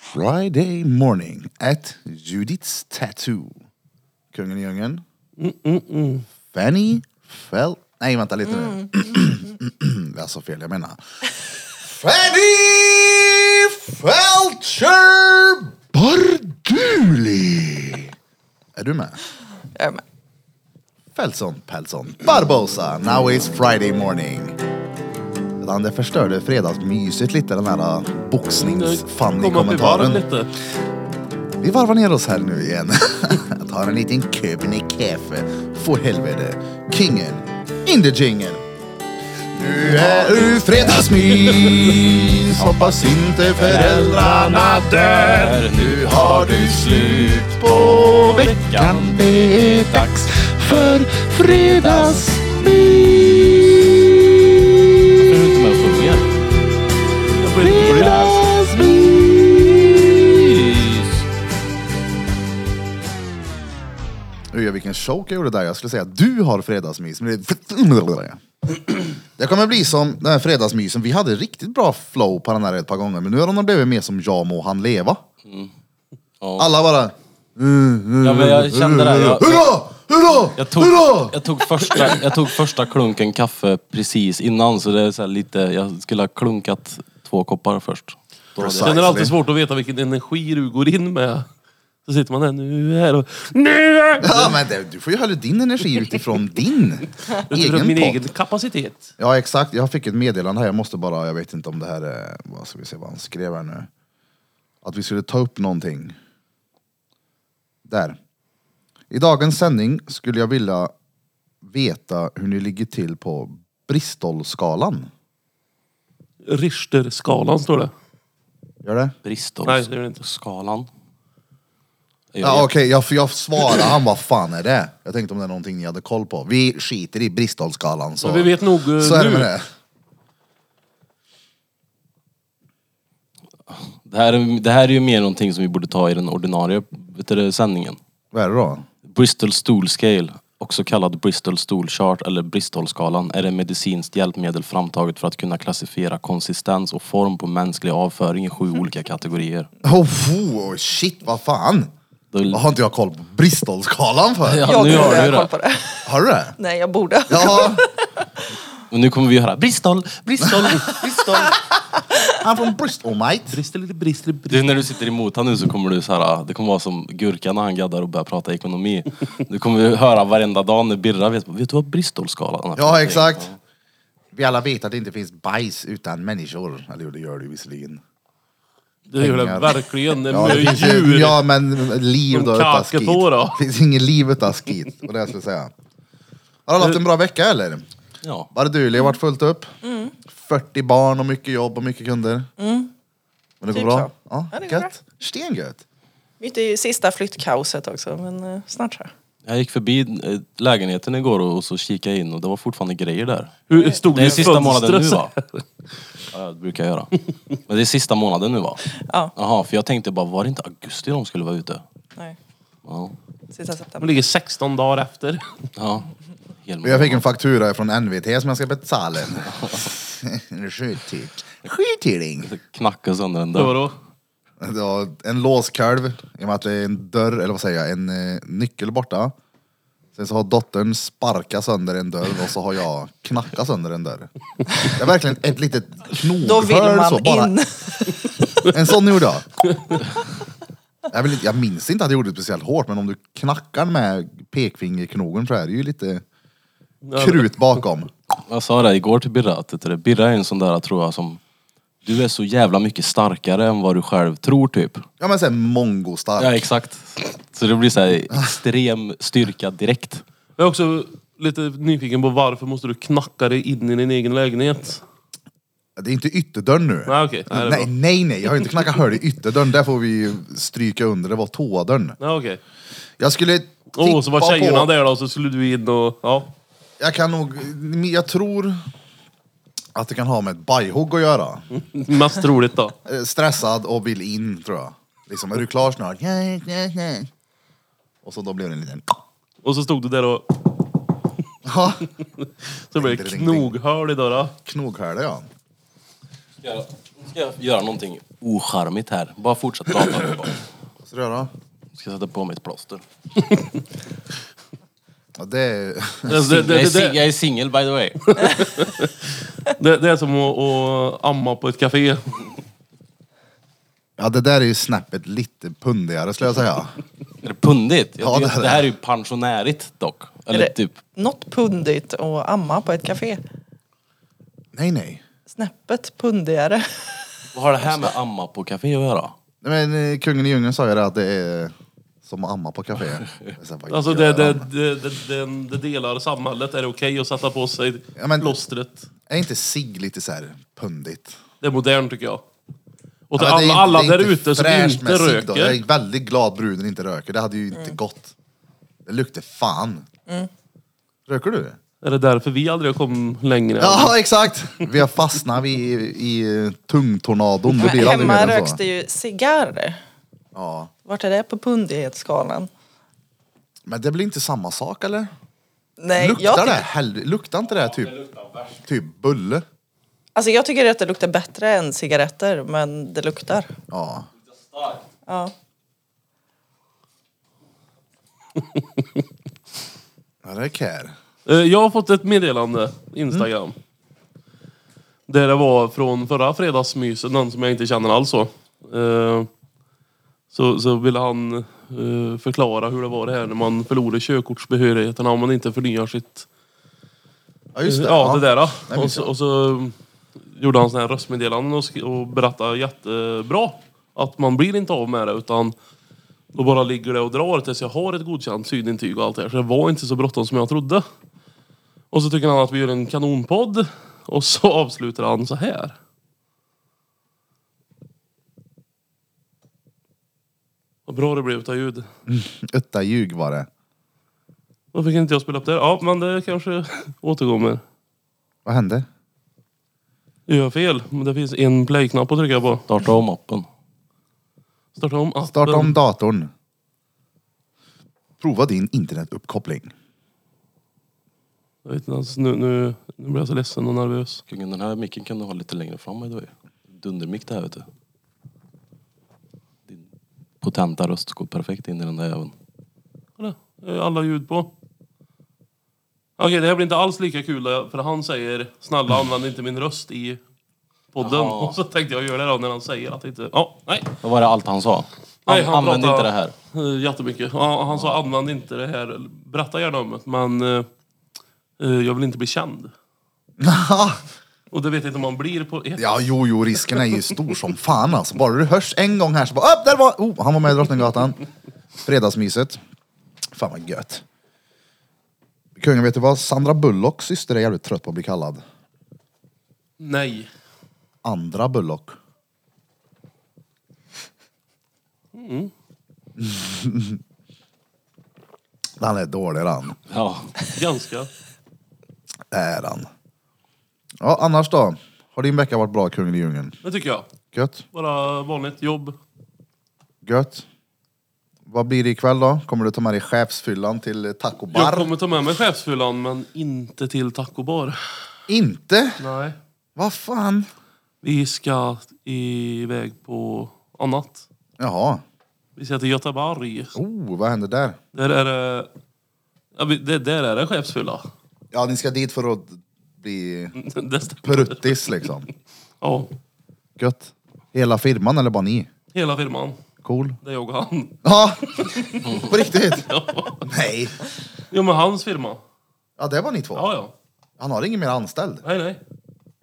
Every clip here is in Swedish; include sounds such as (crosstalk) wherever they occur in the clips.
Friday morning at Judith's Tattoo. Kungen i djungeln. Fanny Fel... Nej, vänta lite (clears throat) nu. Jag sa fel, jag menar. Fanny Felcher Barduli! Är du med? Jag är med. Felson Pelson Barbosa, now is Friday morning. Redan Det förstörde fredagsmyset lite den här äh, boxnings-funny-kommentaren. lite. Vi varvar ner oss här nu igen. (laughs) Jag tar en liten Köbne kaffe. För helvete. Kingen. In the jingle. Nu är du fredagsmys. Hoppas inte föräldrarna dör. Nu har du slut på veckan. Det är dags för fredagsmys. Jag är inte med och sjunger. Jag får inte bli- Uja, vilken choke jag gjorde där. Jag skulle säga att du har fredagsmys. Men det... (clears throat) Jag kommer bli som den här fredagsmysen. Vi hade riktigt bra flow på den här ett par gånger. Men nu har de blivit mer som jag må han leva. Ja. Alla bara... Ja, men jag kände det. Jag, Hurra! Hurra! jag, tog, Hurra! jag, tog första, jag tog första klunken kaffe precis innan så det är så här lite, jag skulle ha klunkat två koppar först. Då hade jag- Precis. Sen är det alltid svårt att veta vilken energi du går in med. Så sitter man där, nu är det... Nu är det! Ja, men det, du får ju höra din energi utifrån din (laughs) Utifrån egen min pott. egen kapacitet. Ja, exakt. Jag fick ett meddelande här. Jag måste bara... Jag vet inte om det här är... Vad ska vi se vad han skrev här nu? Att vi skulle ta upp någonting. Där. I dagens sändning skulle jag vilja veta hur ni ligger till på Bristolskalan. Richterskalan står det. Gör det? Bristol. Nej, det är det inte. Skalan. Jag Ja, Okej, vet. jag, jag svarade han. Vad fan är det? Jag tänkte om det är någonting ni hade koll på. Vi skiter i Bristolskalan. Så, Men vi vet nog, eh, så är det med nu. det. Det, här, är- det här är ju mer någonting som vi borde ta i den ordinarie vet du, det, sändningen. Vad är det då? Bristol Stool Scale, också kallad Bristol Stool Chart eller Bristolskalan, är ett medicinskt hjälpmedel framtaget för att kunna klassificera konsistens och form på mänsklig avföring i sju olika kategorier. Oh, oh, shit, vad fan? Då- Vad har inte jag koll på Bristolskalan för? Ja, Jag nu har trodde du jag ju koll det. på det. (laughs) Har du det? Nej, jag borde. Ja, Och nu kommer vi höra Bristol, Bristol, Bristol. han från Bristol mate. Brister lite, brister, brister. Du, när du sitter emot han nu så kommer du så här, det kommer vara som Gurka när han gaddar och börjar prata ekonomi. Du kommer ju höra varenda dag när Birra vet, vet du vad Bristolskalan är? för Ja, någonting?" exakt. Vi alla vet att det inte finns bajs utan människor. Eller jo, det gör det ju visserligen. Det gör pengar. det verkligen. Det Ja, det är finns ju, djur. ja men liv Som då utan kaket skit. på då. Det finns inget liv utan skit. Och det jag skulle säga. Har du haft en bra vecka eller? Ja. Barduli har varit fullt upp. Mm. 40 barn och mycket jobb och mycket kunder. Men det går Typ bra? så. Ja, Ja, det går gött. Stengött. Mitt i sista flyttkaoset också, men eh, snart så. Jag gick förbi eh, lägenheten igår och och så kikade jag in och det var fortfarande grejer där. Hur stod Det är i sista månaden fönstret? nu va? Ja, det brukar jag göra. Men det är sista månaden nu va? Ja. Jaha, för jag tänkte bara, var det inte augusti de skulle vara ute? Nej, Ja. sista De september. ligger 16 dagar efter. ja. Hel Jag fick en faktura från NVT som jag ska betala. En Sjutik. Sjutiling. Knacka sönder en Det dörr. var då. Det var en låskalv, i och med att det är en dörr, eller vad säger jag, en eh, nyckel borta. Sen så har dottern sparkat sönder en dörr och så har jag knackat sönder en dörr. Det är verkligen ett litet Då vill knoghörn så. man Bara (laughs) in. En sån gjorde jag. Jag, vill inte, jag minns inte att jag gjorde det speciellt hårt, men om du knackar med pekfingerknogen så är det ju lite krut bakom. Jag sa det igår till Birra, att vet du det, Birra är en sån där tror jag som, du är så jävla mycket starkare än vad du själv tror typ. Ja men såhär mongostark. Ja exakt. Så det blir så (laughs) här extrem styrka direkt. Jag är också lite nyfiken på varför måste du knacka dig in i din egen lägenhet? Det är inte ytterdörren nu. Nej, okej. Nej, det är Nej, bra. nej, nej, jag har inte knackat hål i ytterdörren. Där får vi ju stryka under. Det var toadörren. Ja, okej. Jag skulle Åh, Oh, så var tippa tjejerna på- där då, så skulle du in och... Ja. Jag kan nog... Jag tror att det kan ha med ett bajhugg att göra. Mest troligt då. Eh, Stressad och vill in, tror jag. Liksom, är du klar snart? Nej, nej, nej. Och så då blev det en liten... (laughs) Och så stod du där och... Ja, Så blev det Ding, ding, ding. knoghål i dörren. knoghöle ja. Ska jag göra någonting ocharmigt här. Bara fortsätt prata. nu bara. Vad ska du göra? Ska sätta på mig ett plåster. Ja, det (laughs) är... Det, det, jag, är det, sing- det, jag är singel by the way. det, det är som att, att amma på ett café. Ja, det där är ju snäppet lite pundigare skulle jag säga. Är det pundigt? Jag Ja, tycker det att är det här är ju pensionärigt dock. Eller Är det typ, Något pundigt och amma på ett café. Nej, nej. Snäppet pundigare. vad har det här med amma på café att göra? nej men eh, kungen i djungeln sa ju det att det är som att amma på (laughs) café. Jag sa, vad Alltså gör det, det, han? det, det, det, det delar samhället. Är det okej att sätta på sig Ja, men- plåstret? Är inte sig lite så här pundigt? Det är modernt tycker jag. Och till Ja, men det alla, är alla inte- det är där ute som fräscht inte med cigg röker. då. Jag är väldigt glad bruden inte röker, det hade ju Mm. inte gått. Det luktar fan. Röker du? Är det därför vi aldrig har kommit längre? Ja, (laughs) exakt! Vi har fastnat i, i eh, tungtornadon. Det Men blir aldrig mer hemma än röks så. det ju cigarrer. Ja. Vart är det på pundighetsskalan? Men det blir inte samma sak eller? Nej, luktar, Eh, jag det? tycker, Hel- luktar inte det här typ, typ bulle? alltså jag tycker att det luktar bättre än cigaretter, men det luktar. Ja. Ja. ja det är care. Eh, Jag har fått ett meddelande, Instagram. Där det var från förra fredagsmyset, någon som jag inte känner alls så. Eh, Så, så ville han eh, förklara hur det var det här när man förlorar körkortsbehörigheten om man inte förnyar sitt... Ja just det. ja, det där. då. Nej, och, visst, så, ja. och så gjorde han sådana här röstmeddelanden och, sk- och berättade jättebra att man blir inte av med det utan då bara ligger det och drar tills jag har ett godkänt synintyg och allt det här. Så det var inte så bråttom som jag trodde. Och så tycker han att vi gör en kanonpodd och så (laughs) avslutar han så här. Vad bra det blev utan ljud. Utta ljug var det. Varför kan inte jag spela upp det? här? Ja, men det kanske återkommer. Vad hände? Jag gör fel, men det finns en play-knapp att trycka på. Starta om appen. Starta om appen. Starta om datorn. Prova din (laughs) internetuppkoppling. Jag vet inte, ens, nu, nu, nu blir jag så ledsen och nervös. Kungen, den här micken kan du ha lite längre fram by the way. Dundermick det här vet du. Din potenta röst går perfekt in i den där jäveln. Kolla, det är alla ljud på. Okej, det här blir inte alls lika kul då, för han säger snälla använd inte min röst i podden. Jaha. Och så tänkte jag göra det då när han säger att inte... Ja, nej. Vad var det allt han sa? Han, Nej, han använde pratar- inte det här. Eh, Jättemycket. Ja, han sa använd inte det här, berätta gärna om det, men eh, eh, jag vill inte bli känd. Och det vet jag inte om man blir på ett ja, jo, jo, risken är ju stor som fan alltså. Bara du hörs en gång här så bara, upp där var, oh, han var med i Drottninggatan. Fredagsmyset. Fan vad gött. Kungen, vet du vad? Sandra Bullocks syster är jävligt trött på att bli kallad. nej. Andra Bullock. (laughs) han är dålig han. Ja. Ganska. Det är han. Ja, annars då? Har din vecka varit bra, kungen i djungeln? Det tycker jag. Gött? Bara vanligt jobb. Gött? Vad blir det ikväll då? Kommer du ta med dig chefsfyllan till eh, taco bar? Jag kommer ta med mig chefsfyllan, men inte till tacobar. Inte? Nej. Vad fan? Vi ska iväg på annat. Jaha. Vi ska till Göteborg. Oh, vad händer där? Där är det... Ja, vi- det- där är det chefsfylla. Ja, ni ska dit för att bli (laughs) Det stämmer. pluruttis (laughs) liksom. Ja, Gött. Hela firman eller bara ni? hela firman. Cool. Det är jag och han. Ja, (laughs) på riktigt? Nej. Jo, men hans firma. Ja, det var ni två. Ja, ja. Han har ingen mer anställd. Nej, nej.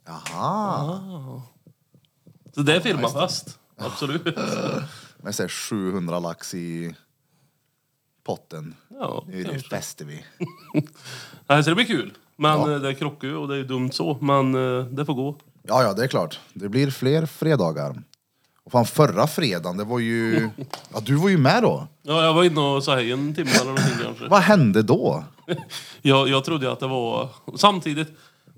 Jaha. Så det är firmafest. Absolut. Men säger 700 lax i potten. Ja, Nu är det kanske. Västerby. Nej, så det blir kul. Men eh, det krockar ju och det är ju dumt så. Men eh, det får gå. Ja, ja, det är klart. Det blir fler fredagar. Och fan, förra fredagen, det var ju... Ja, du var ju med då. Ja, jag var inne och sa hej en timme eller någonting kanske. Vad hände då? Jag, jag trodde ju att det var... Samtidigt,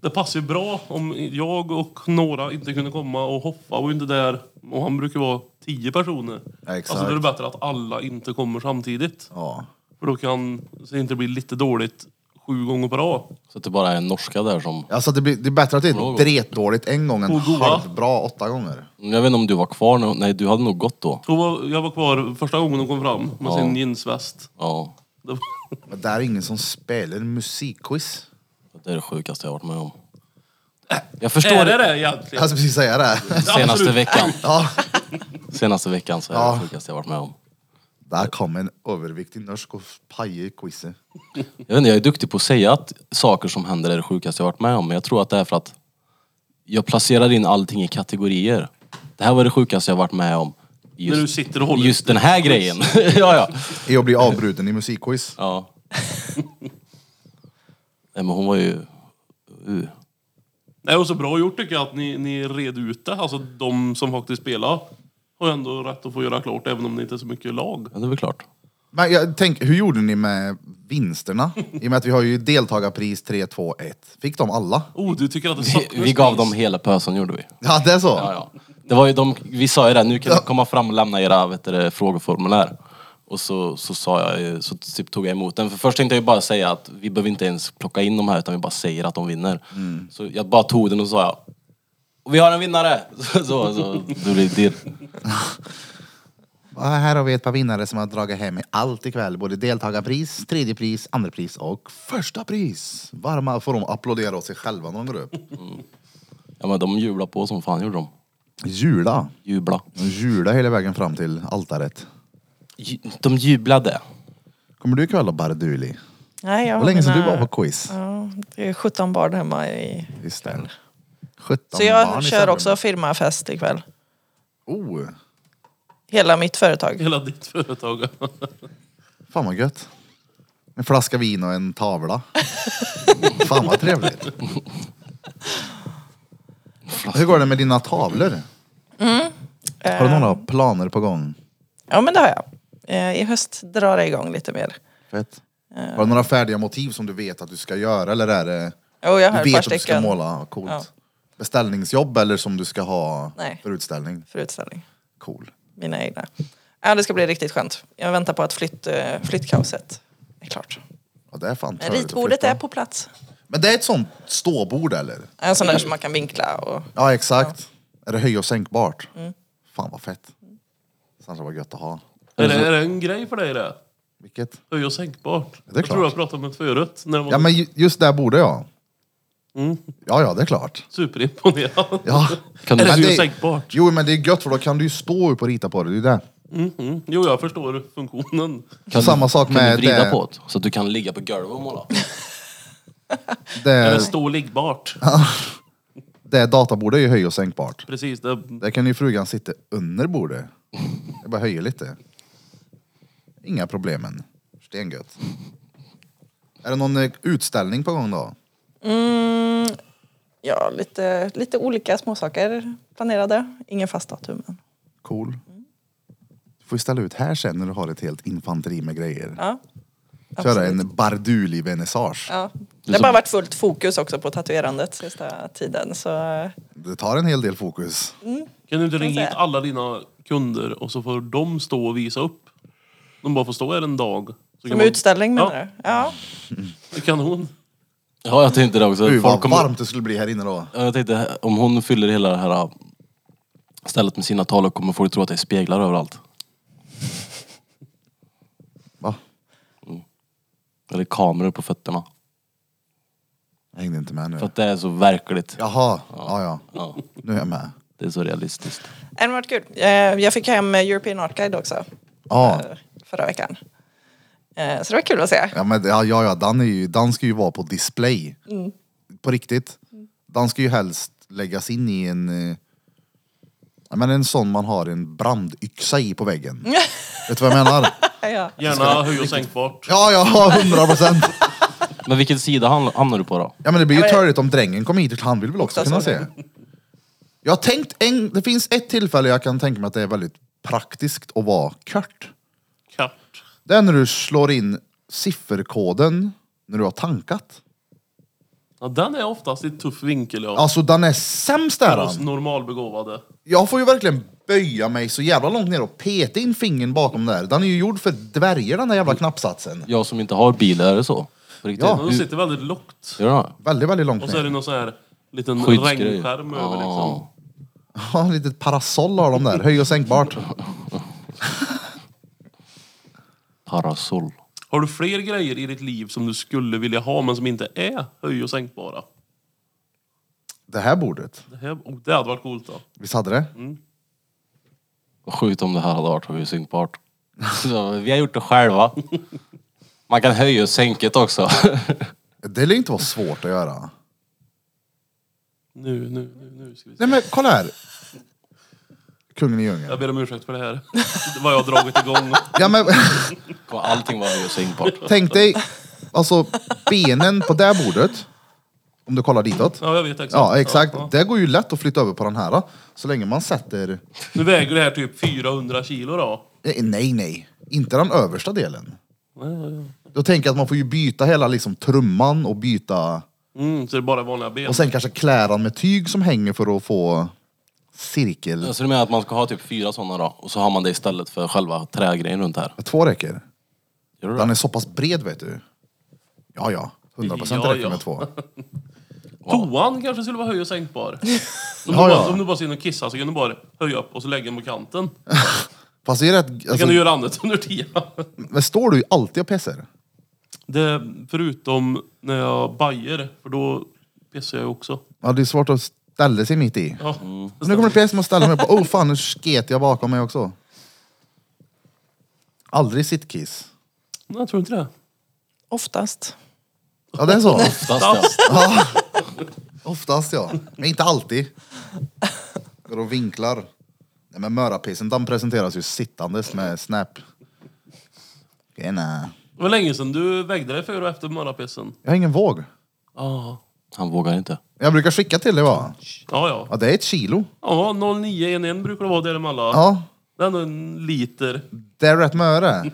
det passar ju bra om jag och några inte kunde komma och Hoffa var ju inte där. Och han brukar vara tio personer. Ja, exakt. Alltså då är det bättre att alla inte kommer samtidigt. Ja, För då kan så det inte blir lite dåligt sju gånger per dag. Så att det bara är en norska där som... Alltså det, blir, det är bättre att det Någon. är dretdåligt en gång än Och Oh, goa. halvbra åtta gånger. Jag vet inte om du var kvar nu? Nej, du hade nog gått då. Hon var, jag var kvar första gången hon kom fram med Ja. sin jeansväst. Ja. Det var, Men där är ingen som spelar musikquiz. Det är det sjukaste jag har varit med om. Jag förstår Alltså- är det det egentligen? Jag ska precis säga det. Senaste Absolut. veckan. Ja. Senaste veckan så är det Ja. det sjukaste jag varit med om. Där kom en överviktig norsk och pajade quizet. Jag vet inte, jag är duktig på att säga att saker som händer är det sjukaste jag varit med om. Men jag tror att det är för att jag placerar in allting i kategorier. Det här var det sjukaste jag varit med om. Just, När du sitter och håller just den här grejen. (laughs) ja, ja. Jag blir avbruten i musikquiz. ja. Nej, men hon var ju... Uh. Nej, och så bra gjort tycker jag att ni, ni red ut det. Alltså de som faktiskt spelar har ju ändå rätt att få göra klart även om det inte är så mycket lag. Ja, det är väl klart. Men jag tänk, hur gjorde ni med vinsterna? I och med att vi har ju deltagarpris 3, 2, 1. Fick de alla? Oh, du tycker att det Vi, saknas vi gav pris. dem hela pösen gjorde vi. Ja, det är så? Ja, ja. Det var ju de, vi sa ju det, nu kan ni komma fram och lämna era vet du, det, frågeformulär. Och så, så sa jag ju, så typ tog jag emot den. För först tänkte jag ju bara säga att vi behöver inte ens plocka in de här utan vi bara säger att de vinner. Så jag bara tog den och sa jag, "Och vi har en vinnare! (laughs) Så, så, så det blir dirr. Ja, Här har vi ett par vinnare som har dragit hem allt ikväll. Både deltagarpris, tredje pris, andra pris och första pris. Varma får de applådera åt sig själva när de går upp. Ja men de jublade på som fan gjorde de. Jula. Jubla. De jula hela vägen fram till altaret. Ju- De jublade. Kommer du ikväll då Barduli? Nej, Det jag har var länge sedan du mina- var på quiz. Ja, det är 17 barn hemma i... Just det. 17 Så barn jag i kör Säverum. också firmafest ikväll. Oh, Hela mitt företag. Hela (laughs) ditt företag. fan vad gött. En flaska vin och en tavla. (laughs) fan vad trevligt. Hur går det med dina tavlor? Mm. Har du Eh. några planer på gång? Ja, men det har jag. Eh, I höst drar det igång lite mer. Fett. Har du några färdiga motiv som du vet att du ska göra eller är det Jo, jag har du ett vet par att du ska stycken måla? Ah, Coolt. Ja. Beställningsjobb eller som du ska ha Nej. för utställning? för utställning. Cool. Mina egna. Ja, det ska bli riktigt skönt. Jag väntar på att flytt, eh, flyttkaoset är klart. Ja, det är fan Men trevligt att ritbordet flytta. är på plats. Men det är ett sånt ståbord eller? En sån där som man kan vinkla och... Ja exakt. Är det höj och sänkbart? Fan vad fett. Sen så var gött att ha. är, det, Mm. är det en grej för dig det? Vilket? Höj och sänkbart. är jag klart. tror jag pratade om det förut. När det var Ja men ju- just där borde jag. Mm. Ja ja det är klart. superimponerad. Ja. Kan du- Eller Men höj det- och sänkbart. Jo men det är gött för då kan du ju stå upp och rita på det. Det är ju det. Mm, mm. (laughs) Jo, jag förstår funktionen. Kan Samma sak kan med du vrida det- på det, så att du kan ligga på golvet och måla. Eller Det, stå liggbart. det databordet är ju höj och sänkbart. Precis, det, Där kan ju frugan sitta under bordet. Jag bara höjer lite. Inga problemen. Stengött. Är det någon eh, utställning på gång då? Mm, ja, lite, lite olika småsaker planerade. Ingen fast datum än. Cool. Mm. Du får ju ställa ut här sen när du har ett helt infanteri med grejer. Ja, Köra absolut. en barduli-vernissage. Ja. Det har bara varit fullt fokus också på tatuerandet sista tiden. Så eh, Det tar en hel del fokus. kan du inte ringa säga. hit alla dina kunder och så får de stå och visa upp? De bara får stå här en dag. Så som man- utställning Ja. menar du? Ja. Det kan hon. Ja, jag tänkte det också. Gud Folk vad kommer, varmt det skulle bli här inne då. Ja, Jag tänkte, om hon fyller hela det här äh, stället med sina tavlor kommer folk tro att det är speglar överallt. Va? Eller kameror på fötterna. Jag hängde inte med För nu. att det är så verkligt. Ja. Jaha, ja ja. Nu är jag med. det är så realistiskt. Nej, men Det har varit kul. Eh, Jag fick hem eh, European Art Guide också Ja, eh, förra veckan. Eh, Så det var kul att se. ja, men, ja, ja, ja. Den, är ju, den ska ju vara på display. Mm. På riktigt. Den ska ju helst läggas in i en... eh, Ja, men en sån man har en brandyxa i på (laughs) väggen. Vet du vad jag menar? Ja. Gärna höj och sänkbart. Ja, ja, hundra procent. Men vilken sida ham- hamnar du på då? Ja men det blir ju Ja, men- törligt om drängen kommer hit, han vill väl också Också kunna så. se. Jag har tänkt en, det finns ett tillfälle jag kan tänka mig att det är väldigt praktiskt att vara kört. Kart. Det är när du slår in sifferkoden när du har tankat. Ja, den är oftast i tuff vinkel ja. Alltså den är sämst där. För oss han. normalbegåvade. Jag får ju verkligen böja mig så jävla långt ner och peta in fingern bakom där. Den är ju gjord för dvärger den där jävla knappsatsen. Jag som inte har bil, är det så? På riktigt. Ja. Men de sitter väldigt lågt. Gör de? Väldigt, väldigt långt Och så är det ner. någon sån här liten Skyddsgrej. regnskärm över liksom. Ja. Ja, litet parasoll har de där. Höj och sänkbart. Parasoll. Har du fler grejer i ditt liv som du skulle vilja ha men som inte är höj och sänkbara? Det här bordet. Det, här, oh, det hade varit coolt då. Visst hade det? Mm. Vad sjukt om det här hade varit höjsynkbart. Vi har gjort det själva. Man kan höja och sänka det också. Det lär inte vara svårt att göra. Nu, nu, nu, nu ska vi se. Nej men kolla här. Kungen i djungeln. Jag ber om ursäkt för det här. (laughs) Det var jag dragit igång. Ja men (laughs) Allting var höj och sänkbart. tänk dig, alltså benen på det här bordet. Om du kollar ditåt. Ja, jag vet exakt. Ja exakt. Ja, ja. Det går ju lätt att flytta över på den här. Så länge man sätter... Nu väger det här typ 400 kilo då. Eh, Nej nej, inte den översta delen. Ja, ja, ja. Då tänker jag att man får ju byta hela liksom trumman och byta... Mm, så det är bara vanliga ben. Och sen kanske kläran med tyg som hänger för att få cirkel. Så du menar att man ska ha typ fyra sådana då? Och så har man det istället för själva trägrejen runt här? Två räcker. Gör du Den det? är så pass bred vet du. Ja ja, 100% Ja, räcker ja. med två. Toan kanske skulle vara höj och sänkbar. Om du, (laughs) Ja, bara, ja. om du bara ska in och kissa så kan du bara höja upp och så lägga den på kanten. Så Alltså- Fast det är rätt... Alltså, kan du göra annat under tiden. Men står du ju alltid och pissar? Det, förutom när jag bajer, för då pissar jag ju också. Ja, det är svårt att ställa sig mitt i. Ja. Mm. Nu kommer det piss som att ställa mig på, oh fan nu sket jag bakom mig också. Aldrig sittkiss. Nej, jag tror inte det. Oftast. Ja det är (laughs) så. Oftast, ja. Oftast ja. Men inte alltid. Går och vinklar. Nej men mörapissen den presenteras ju sittandes med snap. Tjena. Det var länge sedan du vägde dig före och efter morgonpissen. Jag har ingen våg. Ja, Han vågar inte. Jag brukar skicka till dig va? ja. ja. Ja det är ett kilo. Ja, 0911 brukar det vara där med alla. Ja. Det är ändå en liter. Det är rätt möre.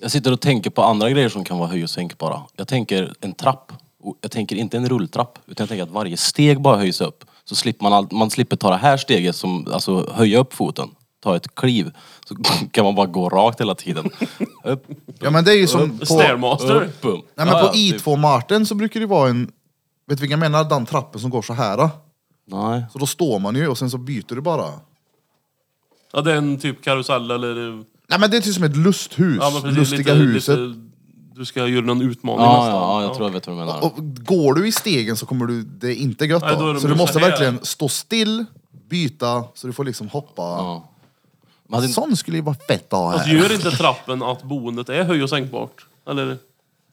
Jag sitter och tänker på andra grejer som kan vara höj och sänkbara. Jag tänker en trapp. Och Jag tänker inte en rulltrapp, utan jag tänker att varje steg bara höjs upp. Så slipper man, allt, man slipper ta det här steget, som, alltså höja upp foten. Ta ett kliv. Så (laughs) kan man bara gå rakt hela tiden. Upp, Ja men det är ju som på... Stairmaster. upp, upp. Nej men Ja, på ja, typ. I2 Martin så brukar det vara en, vet du vilka jag menar? Den trappen som går så här. då. Nej. Så då står man ju och sen så byter du bara. Ja, det är en typ karusell eller... Nej men det är typ som ett lusthus, Ja, men precis, lustiga lite, huset. Lite, du ska göra någon utmaning Ja, nästan. ja, jag tror jag vet vad du menar. Och går du i stegen så kommer du, det är inte gött då. Nej, då är det så du mer måste så här. verkligen stå still, byta, så du får liksom hoppa. Ja. Man hade inte, Sån skulle ju vara fett att ha Fast här. Alltså, gör inte trappen att boendet är höj och sänkbart? Eller?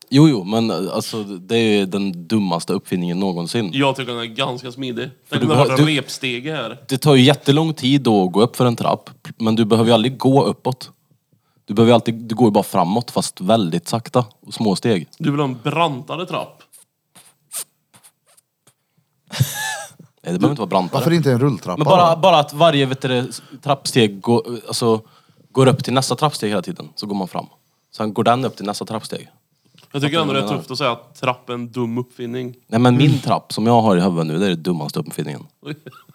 jo, jo, men alltså, det är ju den dummaste uppfinningen någonsin. Jag tycker den är ganska smidig. Tänk du om det hade behö- en du- repstege här. Det tar ju jättelång tid då att gå upp för en trapp, men du behöver ju aldrig gå uppåt. Du, behöver ju alltid, du går ju bara framåt, fast väldigt sakta och små steg. Du vill ha en brantare trapp? Nej, det behöver inte vara brantare. Varför inte en rulltrappa? Men bara, då? bara att varje vet du, det, trappsteg går, alltså, går upp till nästa trappsteg hela tiden, så går man fram. Sen går den upp till nästa trappsteg. Jag tycker Fattar ändå du det vad är jag tufft att säga att trapp är en (laughs) dum uppfinning. Nej men min trapp som jag har i huvudet nu, det är den dummaste uppfinningen.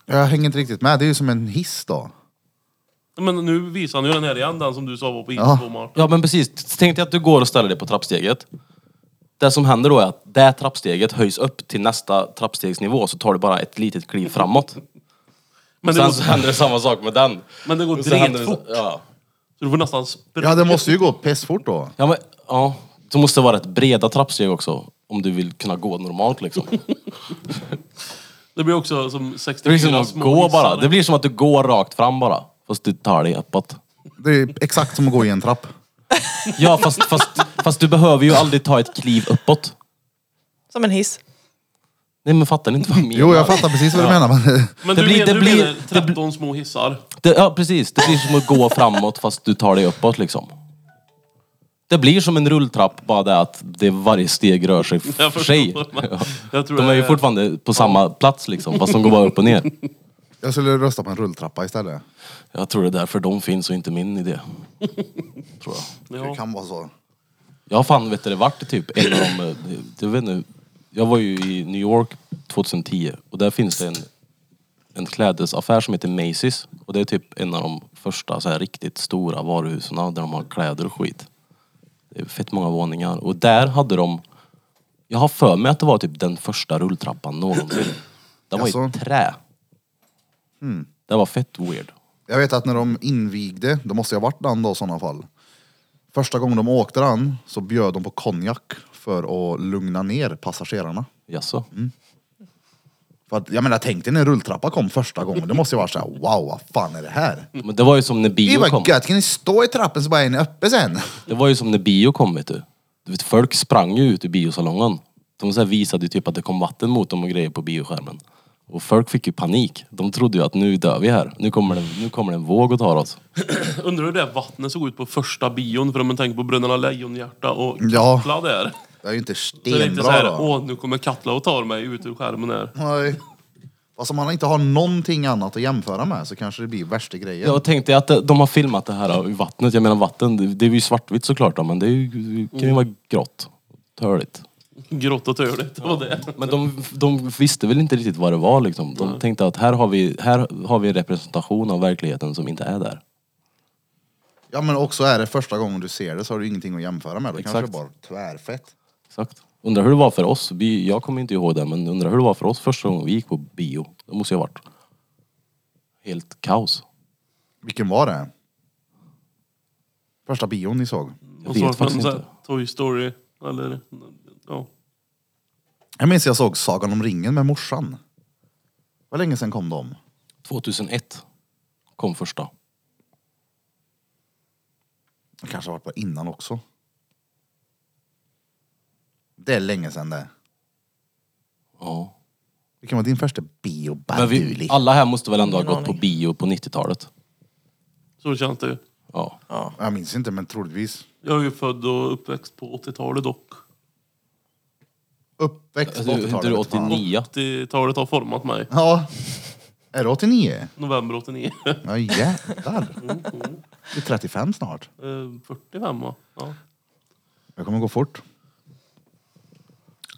Jag hänger inte riktigt med, det är ju som en hiss då. Men nu visar han ju den här igen, den som du sa var på Ja. Isbo, Martin. Ja men precis, tänk dig att du går och ställer dig på trappsteget. Det som händer då är att det trappsteget höjs upp till nästa trappstegsnivå så tar du bara ett litet kliv framåt. Men det, Sen går, så händer det samma sak med den. men det går Och så händer det- dretfort. Ja. Så du får nästan springa. Ja det måste ju gå pissfort då. Ja, men, ja. Så måste det vara rätt breda trappsteg också. Om du vill kunna gå normalt liksom. Det blir också som Det blir 64 som att små gå bara. hissar. Det blir som att du går rakt fram bara. Fast du tar dig uppåt. Det är exakt som att gå i en trapp. Ja fast, fast, fast du behöver ju aldrig ta ett kliv uppåt. Som en hiss. Nej men fattar ni inte vad jag menar? Jo jag fattar precis vad du menar. Men (laughs) Men Det du, blir- men, det du blir- menar det 13 små hissar? Det, ja, precis. Det blir som att gå framåt fast du tar dig uppåt liksom. Det blir som en rulltrapp, bara det att det varje steg rör sig Jag för förstår. sig. Jag tror De är det ju är- fortfarande på samma plats liksom, fast de går bara upp och ner. jag skulle rösta på en rulltrappa istället. Jag tror det är därför de finns och inte min idé. Tror jag. Det Ja. kan vara så. Jag har fan, vet du, det vart typ en av de... eh, Jag vet inte. Jag var ju i New York 2010 och där finns det en, en klädesaffär som heter Macy's. Och det är typ en av de första så här, riktigt stora varuhusen där de har kläder och skit. Det är fett många våningar. Och där hade de Jag har för mig att det var typ den första rulltrappan någonsin. Den var i Jaså? Mm. trä. Det var fett weird. Jag vet att när de invigde, då måste jag ha varit den då i sådana fall. Första gången de åkte den så bjöd de på konjak för att lugna ner passagerarna. Jaså? Mm. För att, jag menar, tänk dig när rulltrappa kom första gången. Det måste ju vara såhär, wow, vad fan är det här? Mm. Men det var ju som när Det är bio kom. bara gött, kan ni stå i trappen så bara är ni uppe sen? Det var ju som när bio kom vet du. du vet, folk sprang ju ut i biosalongen. De så här visade ju typ att det kom vatten mot dem och grejer på bioskärmen. Och folk fick ju panik. De trodde ju att nu dör vi här. Nu kommer det, nu kommer det en våg och tar oss. Undrar hur det där vattnet såg ut på första bion, för om man tänker på Bröderna Lejonhjärta och Ja. Katla där. Det är ju inte Så det är inte stenbra såhär, då. åh nu kommer Katla och tar mig ut ur skärmen här. Nej. Fast om man inte har någonting annat att jämföra med så kanske det blir värsta grejen. Jag tänkte att eh, de har filmat det här ur vattnet. Jag menar vatten, det- det är ju svartvitt såklart då, men det är ju, kan ju vara grått. Törligt. Grått och törligt, det var det. Men de, de visste väl inte riktigt vad det var liksom. De tänkte att här har, vi, här har vi en representation av verkligheten som inte är där. Ja men också är det första gången du ser det så har du ingenting att jämföra med. Då kanske det bara är tvärfett. Exakt. Undrar hur det var för oss. Vi, jag kommer inte ihåg det, men undrar hur det var för oss första gången vi gick på bio. Det måste ju ha varit helt kaos. Vilken var det? Första bion ni såg? Jag Och så vet var det faktiskt en sån här inte. Toy Story, eller... Ja. Jag minns jag såg Sagan om ringen med morsan. Vad länge sedan kom de? 2001 kom första. Det kanske har varit på innan också. Det är länge sedan det. Ja. Vilken var din första bio, Men Baduli? vi, alla här måste väl ändå ha Ingen gått på aning. bio på 90-talet? Så känns det ju. Ja. Ja. Jag minns inte, men troligtvis. Jag är ju född och uppväxt på 80-talet dock. Uppväxt på Alltså, inte 80-talet. du vet fan. 89? 80-talet har format mig. Ja. Är det 89? November 89. Ja jävlar. Du är 35 snart. (laughs) Eh, 45 va? Ja. Jag kommer gå fort.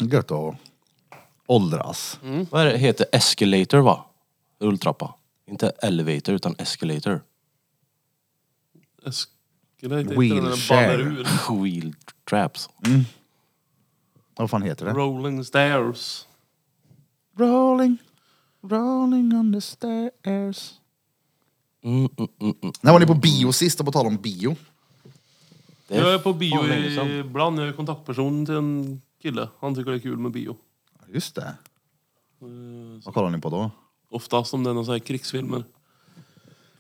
Gött att åldras. Mm. Vad är det? heter escalator va? Rulltrappa. Inte elevator utan escalator. Escalator. Wheelchair. Ur. Wheel traps. Vad fan heter det? Rolling stairs. Rolling, rolling on the stairs. Mm, mm, mm, mm. När var ni på bio sist? Och på tal om bio. Det Jag är på fan bio länge sedan. i- ibland. Jag är kontaktperson till en kille. Han tycker det är kul med bio. Just det. Eh, Vad kollar ni på då? Oftast om det är någon sån här krigsfilmer.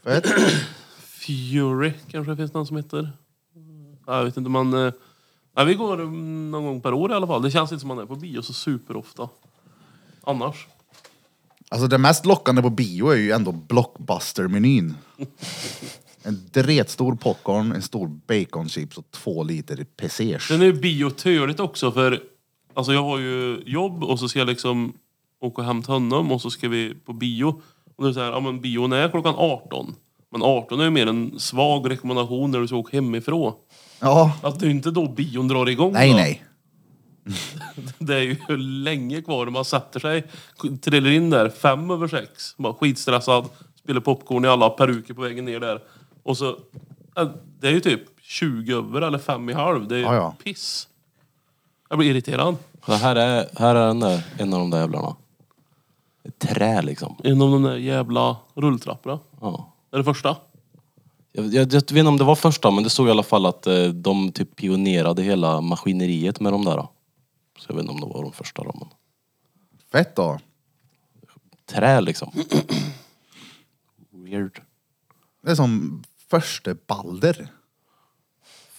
Fett. (clears throat) Fury kanske finns någon som heter. Mm, Jag vet inte man... eh, Nej, vi går mm, någon gång per år i alla fall. Det känns inte som man är på bio så superofta. Annars. Alltså det mest lockande på bio är ju ändå blockbuster-menyn. (laughs) En dretstor popcorn, en stor baconchips och två liter pesers. Sen är ju bio törligt också för alltså jag har ju jobb och så ska jag liksom åka och hämta honom och så ska vi på bio. Och då är det så här, ja men bion är klockan 18. Men 18 är ju mer en svag rekommendation när du ska åka hemifrån. Ja. Att det är ju inte då bion drar igång. Nej, då. nej. Det är ju länge kvar när man sätter sig, trillar in där fem över sex, bara skitstressad, spelar popcorn i alla peruker på vägen ner där. Och så, ja, det är ju typ 20 över eller fem i halv, det är ju Ja, ja. piss. Jag blir irriterad. Så här är, här är den där, en av de där jävlarna. Ett trä liksom. Inom de där jävla rulltrapporna. Ja. Det är det första. Jag, jag, jag vet inte om det var första, men det såg i alla fall att eh, de typ pionerade hela maskineriet med de där. Då. Så jag vet inte om det var de första då, men... Fett då. Trä liksom. Weird. Det är som första balder.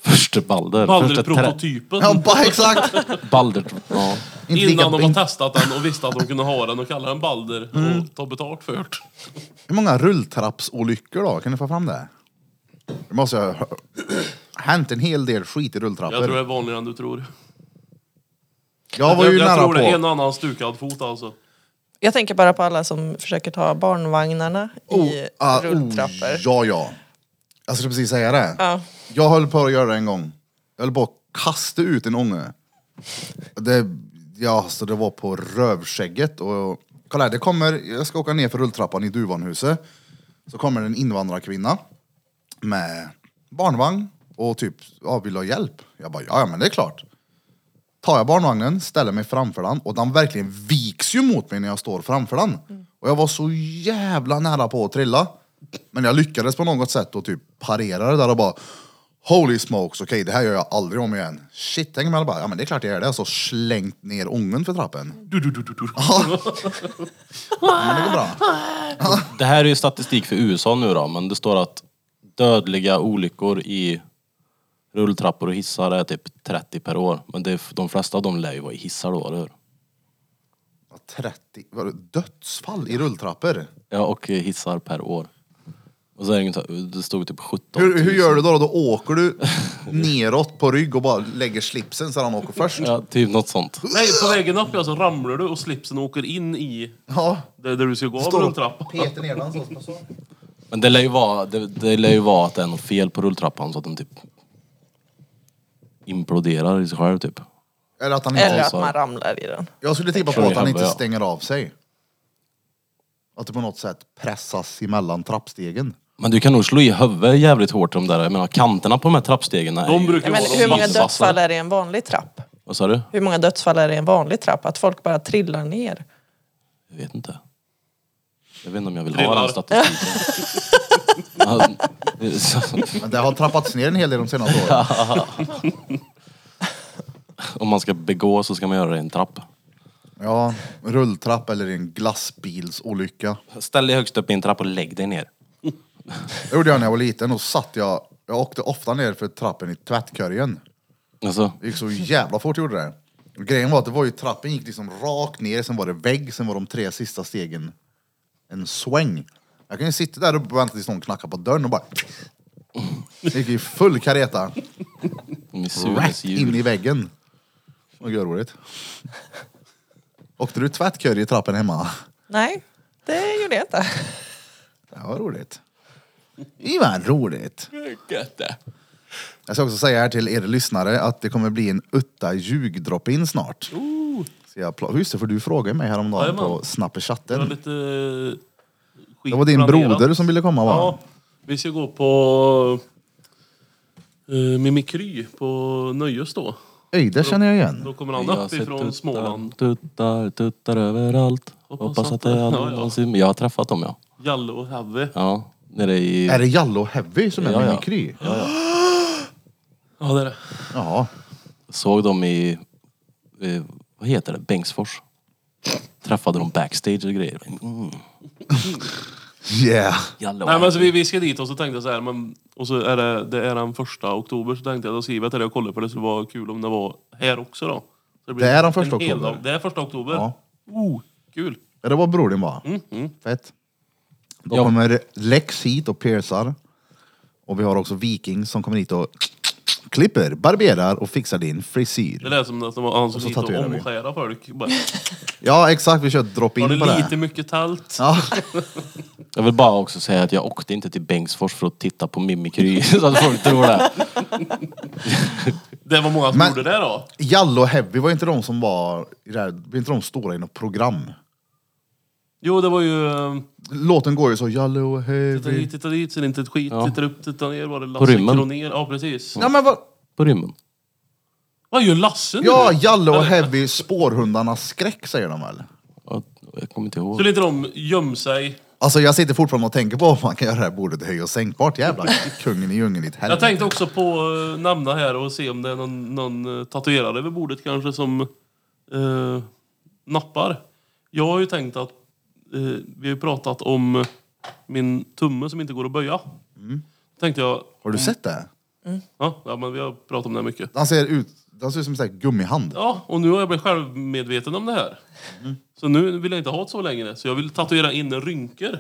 Första Balder. första trä- Balder-prototypen. Ja, (laughs) bara exakt. Balder. Ja. Inte lika, Innan de har inte, testat den och visste att de kunde ha den och kalla den Balder Mm. och ta betalt för det. hur många rulltrappsolyckor då? Kan ni få fram det? Det måste ha hö- hänt en hel del skit i Jag tror det rulltrappor. är vanligare än du tror. Jag var ju jag, jag nära tror det är en på. och annan stukad fot alltså. Jag tänker bara på alla som försöker ta barnvagnarna i ah, rulltrappor. Oh, ja, ja. Jag skulle precis säga det. Ja. Jag höll på att göra det en gång. Jag höll på att kasta ut en ånge. Det, ja, så det var på rövskägget. Och, kolla här, det kommer, jag ska åka ner för rulltrappan i Duvanhuset. Så kommer en invandrarkvinna med barnvagn och typ, ja, vill ha hjälp? Jag bara, ja ja, men det är klart. tar jag barnvagnen, ställer mig framför den och den verkligen viks ju mot mig när jag står framför den. Och jag var så jävla nära på att trilla. Men jag lyckades på något sätt och typ parera det där och bara Holy smokes, okej det här gör jag aldrig om igen. Shit, tänk om jag bara, ja men det är klart jag gör det. Och så slängt ner ungen för trappen. Du, du, du, du, du. (laughs) Men det går bra. Det här är ju statistik för USA nu då, men det står att dödliga olyckor i rulltrappor och hissar är typ 30 per år. Men det är, de flesta av dem lär ju vara i hissar då, eller hur? 30, var det dödsfall i rulltrappor? Ja, och eh, hissar per år. Och så är det, inget- det stod typ 17 000. Hur, hur gör du då? Då åker du neråt på rygg och bara lägger slipsen så han åker först? Ja, typ något sånt. Nej, på vägen upp ja, så ramlar du och slipsen åker in i Ja. där, där du ska gå av Står och rulltrappan. petar ner den så. så. Men det lär ju vara, det, det lär ju vara att det är något fel på rulltrappan så att den typ imploderar i sig själv typ. Eller att han Eller inte... att man ramlar i den. Jag skulle tippa på tror att han jag, inte ja. stänger av sig. Att det på något sätt pressas emellan trappstegen. Men du kan nog slå i huvudet jävligt hårt i de där, jag menar kanterna på de här trappstegen är De ju- brukar Nej, men Ja, de hur många massor. dödsfall är det i en vanlig trapp? Vad sa du? Hur många dödsfall är det i en vanlig trapp? Att folk bara trillar ner? Jag vet inte. Jag vet inte om jag vill Trillar. ha den statistiken. (laughs) Ja, det- så- Men det har trappats ner en hel del de (laughs) senaste åren. om man ska begå så ska man göra det i en trapp. Ja, rulltrapp eller i en glassbilsolycka. Ställ dig högst upp i en trapp och lägg dig ner. Det gjorde jag när jag var liten. Då satt jag... Jag åkte ofta ner för trappen i tvättkorgen. Alltså, Det gick så jävla fort gjorde det. Och grejen var att det var ju trappen gick liksom rakt ner, sen var det vägg, sen var de tre sista stegen en sväng. Jag kan ju sitta där och vänta tills någon knackar på dörren och bara... Det gick i full kareta, Missunes rätt in djur. i väggen. Vad görroligt. Åkte du tvättkör i trappen hemma? Nej, det gjorde jag (laughs) inte. Det var roligt. Det var roligt. Jag ska också säga här till er lyssnare att det kommer bli en utta ljug-drop-in snart. Så jag pla- Just det, för du frågade mig häromdagen Jajamän. på Snapper Det var chatten. lite eh, skit Det var din planerat. broder som ville komma va? Ja, vi ska gå på eh, Mimikry på Nöjes då. Öj, det känner jag igen. Då kommer han upp ifrån Småland. tuttar, tuttar överallt. Hoppas, att det är (laughs) ja, ja. någonsin. Jag har träffat dem ja. Jalle och Havve. Ja, nere i... Är det Jallo Heavy som är Ja, ja. mimikry? Ja. Ja, det är det. ja. Såg dem i, eh, vad heter det, Bengtsfors. Träffade dem backstage och grejer. Mm. Yeah. Jalla, Nej, men alltså, vi, vi ska dit och så tänkte jag så här, men, och så är det, det är den första oktober så tänkte jag, då skriver jag till dig och kollar för det skulle vara kul om det var här också då. Så blir Det är den en första hel oktober. dag. Det är första oktober. Ja. Oh, kul. Ja, Det var bror din va? Mm, Fett. Då Ja. kommer Lex hit och piercar. Och vi har också Viking som kommer hit och klipper, barberar och fixar din Det frisyr. lät som att det var han som så gick och tatuerar vi. omskärade folk. Bara, Ja exakt, vi kör var drop-in på det lite det. mycket tält? Ja. Jag vill bara också säga att jag åkte inte till Bengtsfors för att titta på Mimikry. (laughs) så att folk tror det. Det var många som Men- gjorde det då. Jallo Heavy var inte de som var, i det här- var inte de stora i något program? Jo, det var ju... eh, Låten går ju så, Jallo Titta Heavy. hit, titta dit, ser inte ett skit. Ja. Tittar upp, tittar ner. Var det Lasse rymmen. Kronér? Ja, precis. Ja, men vad... På rymmen. Vad gör Lasse nu? ja Jallo och Heavy, spårhundarnas skräck säger de väl? Ja, Jag kommer inte ihåg. Skulle inte de gömma sig? Alltså jag sitter fortfarande och tänker på om man kan göra det här bordet höj och sänkbart. Jävlar, kungen i djungeln i ett Jag helvete. tänkte också på uh, namna här och se om det är någon, någon eh, tatuerare vid bordet kanske som eh, nappar. Jag har ju tänkt att eh, vi har ju pratat om min tumme som inte går att böja. Mm. Tänkte jag... Har du sett det? Ja, ja, men vi har pratat om det här mycket. Han ser ut han ser ut som en sån här gummihand. Ja, och nu har jag blivit självmedveten om det här. Mm. Så nu vill jag inte ha det så längre. Så jag vill tatuera in rynkor.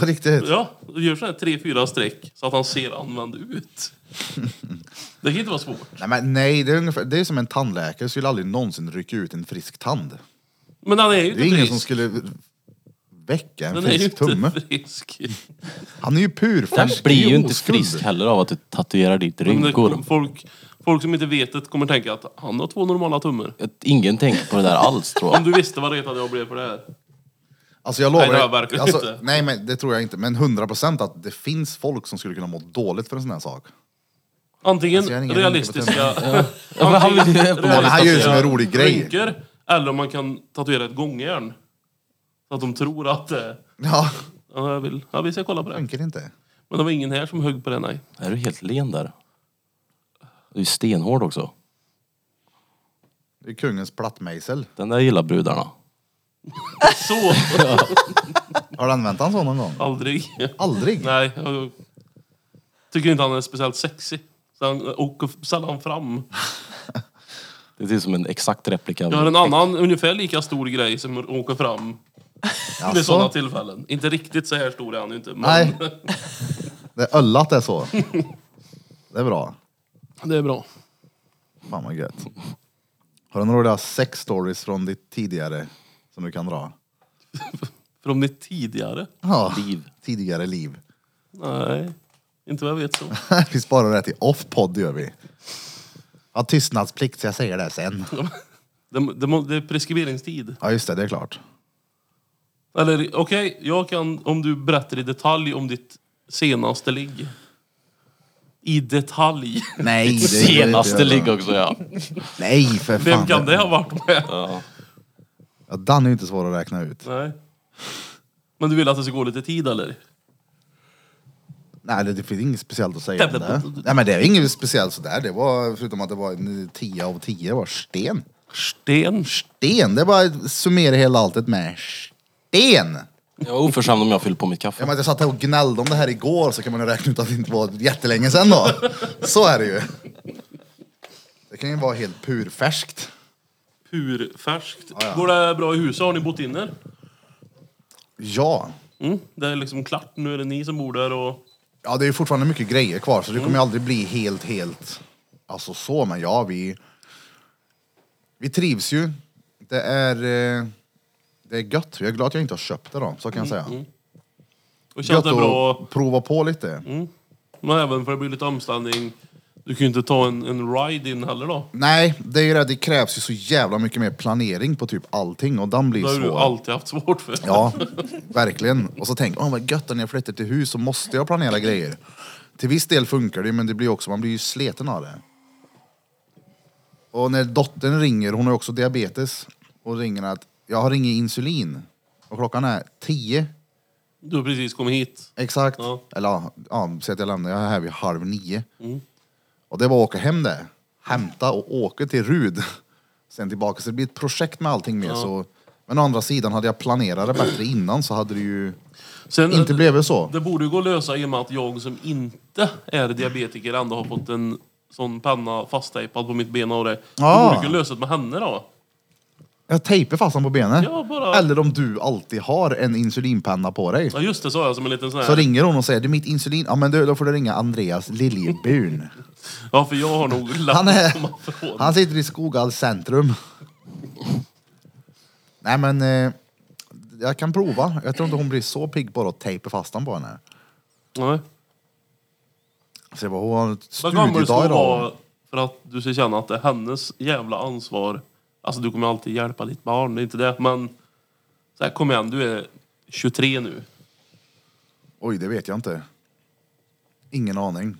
På riktigt. Ja, och gör sådana här tre, fyra streck så att han ser använd (laughs) ut. Det kan inte vara svårt. Nej, men nej, det är, ungefär, det är som en tandläkare skulle aldrig någonsin rycka ut en frisk tand. Men han är ju Det inte är ingen frisk. som skulle väcka en Den är ju frisk inte tumme. frisk. Han är ju Den purfärsk. blir ju Det är inte oskuld. frisk heller av att du tatuerar dit Men det- rynkor. Folk, folk som inte vet det kommer tänka att han har två normala tummar. Att Ingen tänker på det där alls tror Om jag. du visste vad retad jag blev på det här. Alltså jag Nej, det har jag lovar. verkligen alltså, inte. nej, men det tror jag inte. Men 100% att det finns folk som skulle kunna må dåligt för en sån här sak. Antingen Alltså, jag har ingen realistiska... aning (laughs) Ja, men han vill ju antingen uppenbarligen Det här gör ju som en realistiska rolig grej. rynkor, Eller om man kan tatuera ett gångjärn. Så att de tror att... eh, Ja, Ja, jag vill. ja vi ska kolla på det. funkar inte. Men det var ingen här som högg på det, nej. Är du helt len där? Du är stenhård också. Det är kungens plattmejsel. Den där gillar brudarna. (laughs) Så! Har du använt han så någon gång? Aldrig. Aldrig? Nej, jag tycker inte han är speciellt sexig. Så han åker sällan fram. Det är som en exakt replika. Jag har en annan ungefär lika stor grej som åker fram vid sådana Jaså? tillfällen. Inte riktigt så här stor är han ju inte. Men Nej. Det är öllat det är så. Det är bra. (laughs) det är bra. Fan vad gött. Har du några roliga sex stories från ditt tidigare som du kan dra? För om det är tidigare? Ja, Liv. tidigare liv. (laughs) Nej, inte vad jag vet så. vi sparar det till off-podd gör vi. Ja, tystnadsplikt så jag säger det sen. Det, det, må- det är preskriberingstid. Ja just det, det är klart. Eller okej, jag kan om du berättar i detalj om ditt senaste ligg. I detalj. Nej, det går inte att Senaste göra. ligg också ja. Nej för fan. Vem kan det ha varit med? Ja, Dan är ju inte svår att räkna ut. Nej. Men du vill att det ska gå lite tid eller? Nej, det, det finns inget speciellt att säga om det. Nej, men det är inget speciellt sådär. Det var, förutom att det var en 10 av 10, det var sten. Sten. Sten, det är bara att summera hela alltet med sten. Jag var oförskämd om jag fyllde på mitt Jag, kaffe. menar, jag satt här och gnällde om det här igår så kan man ju räkna ut att det inte var jättelänge sedan då. Så är det ju. Det kan ju vara helt purfärskt. Purfärskt. Går det bra i huset? Har ni bott inne? Ja. Mm. Det är liksom klart. Nu är det ni som bor där och... Ja, det är ju fortfarande mycket grejer kvar så det Mm. kommer ju aldrig bli helt, helt... Alltså så, men ja, vi... Vi trivs ju. Det är... Eh, det är gött. Jag är glad att jag inte har köpt det då, så kan jag säga. Och Mm, känns Gött det bra? Mm. att prova på lite. Men även för att det blir lite omställning. Du kan ju inte ta en, en ride in heller då. Nej, det är ju det. Det krävs ju så jävla mycket mer planering på typ allting och den blir Det har du svår. alltid haft svårt för. Ja, verkligen. Och så tänk, åh vad gött när jag flyttar till hus så måste jag planera grejer. Till viss del funkar det men det blir också, man blir ju sleten av det. Och när dottern ringer, hon har också diabetes, och ringer att jag har inget insulin. Och klockan är tio Du har precis kommit hit. Exakt. Ja. Eller ja, ja, säg att jag lämnar, jag är här vid halv nio. Och det var att åka hem det. Hämta och åka till Rud. Sen tillbaka. Så det blir ett projekt med allting med. Så, men å andra sidan, hade jag planerat det bättre innan så hade det ju Sen, inte blivit så. Det borde ju gå att lösa i och med att jag som inte är diabetiker ändå har fått en sån penna fasttejpad på mitt ben och det. Ah. Det borde kunna lösa det med henne då. Jag tejpar fast honom på benen. Ja, bara- Eller om du alltid har en insulinpenna på dig. Ja just det sa jag som en liten sån här. Så ringer hon och säger, du mitt insulin, ja men du, då får du ringa Andreas Liljeburn. Ja för jag har nog lätt Han är- att komma ifrån. Han sitter i Skoghall centrum. Nej men, eh, jag kan prova. Jag tror inte hon blir så pigg bara att tejpa fast den på henne. Nej. Så det var, hon har en Vad gammal ska studiedag hon idag. vara för att du ska känna att det är hennes jävla ansvar. Alltså du kommer alltid hjälpa ditt barn, det är inte det. Men så här, kom igen, du är 23 nu. Oj, det vet jag inte. Ingen aning.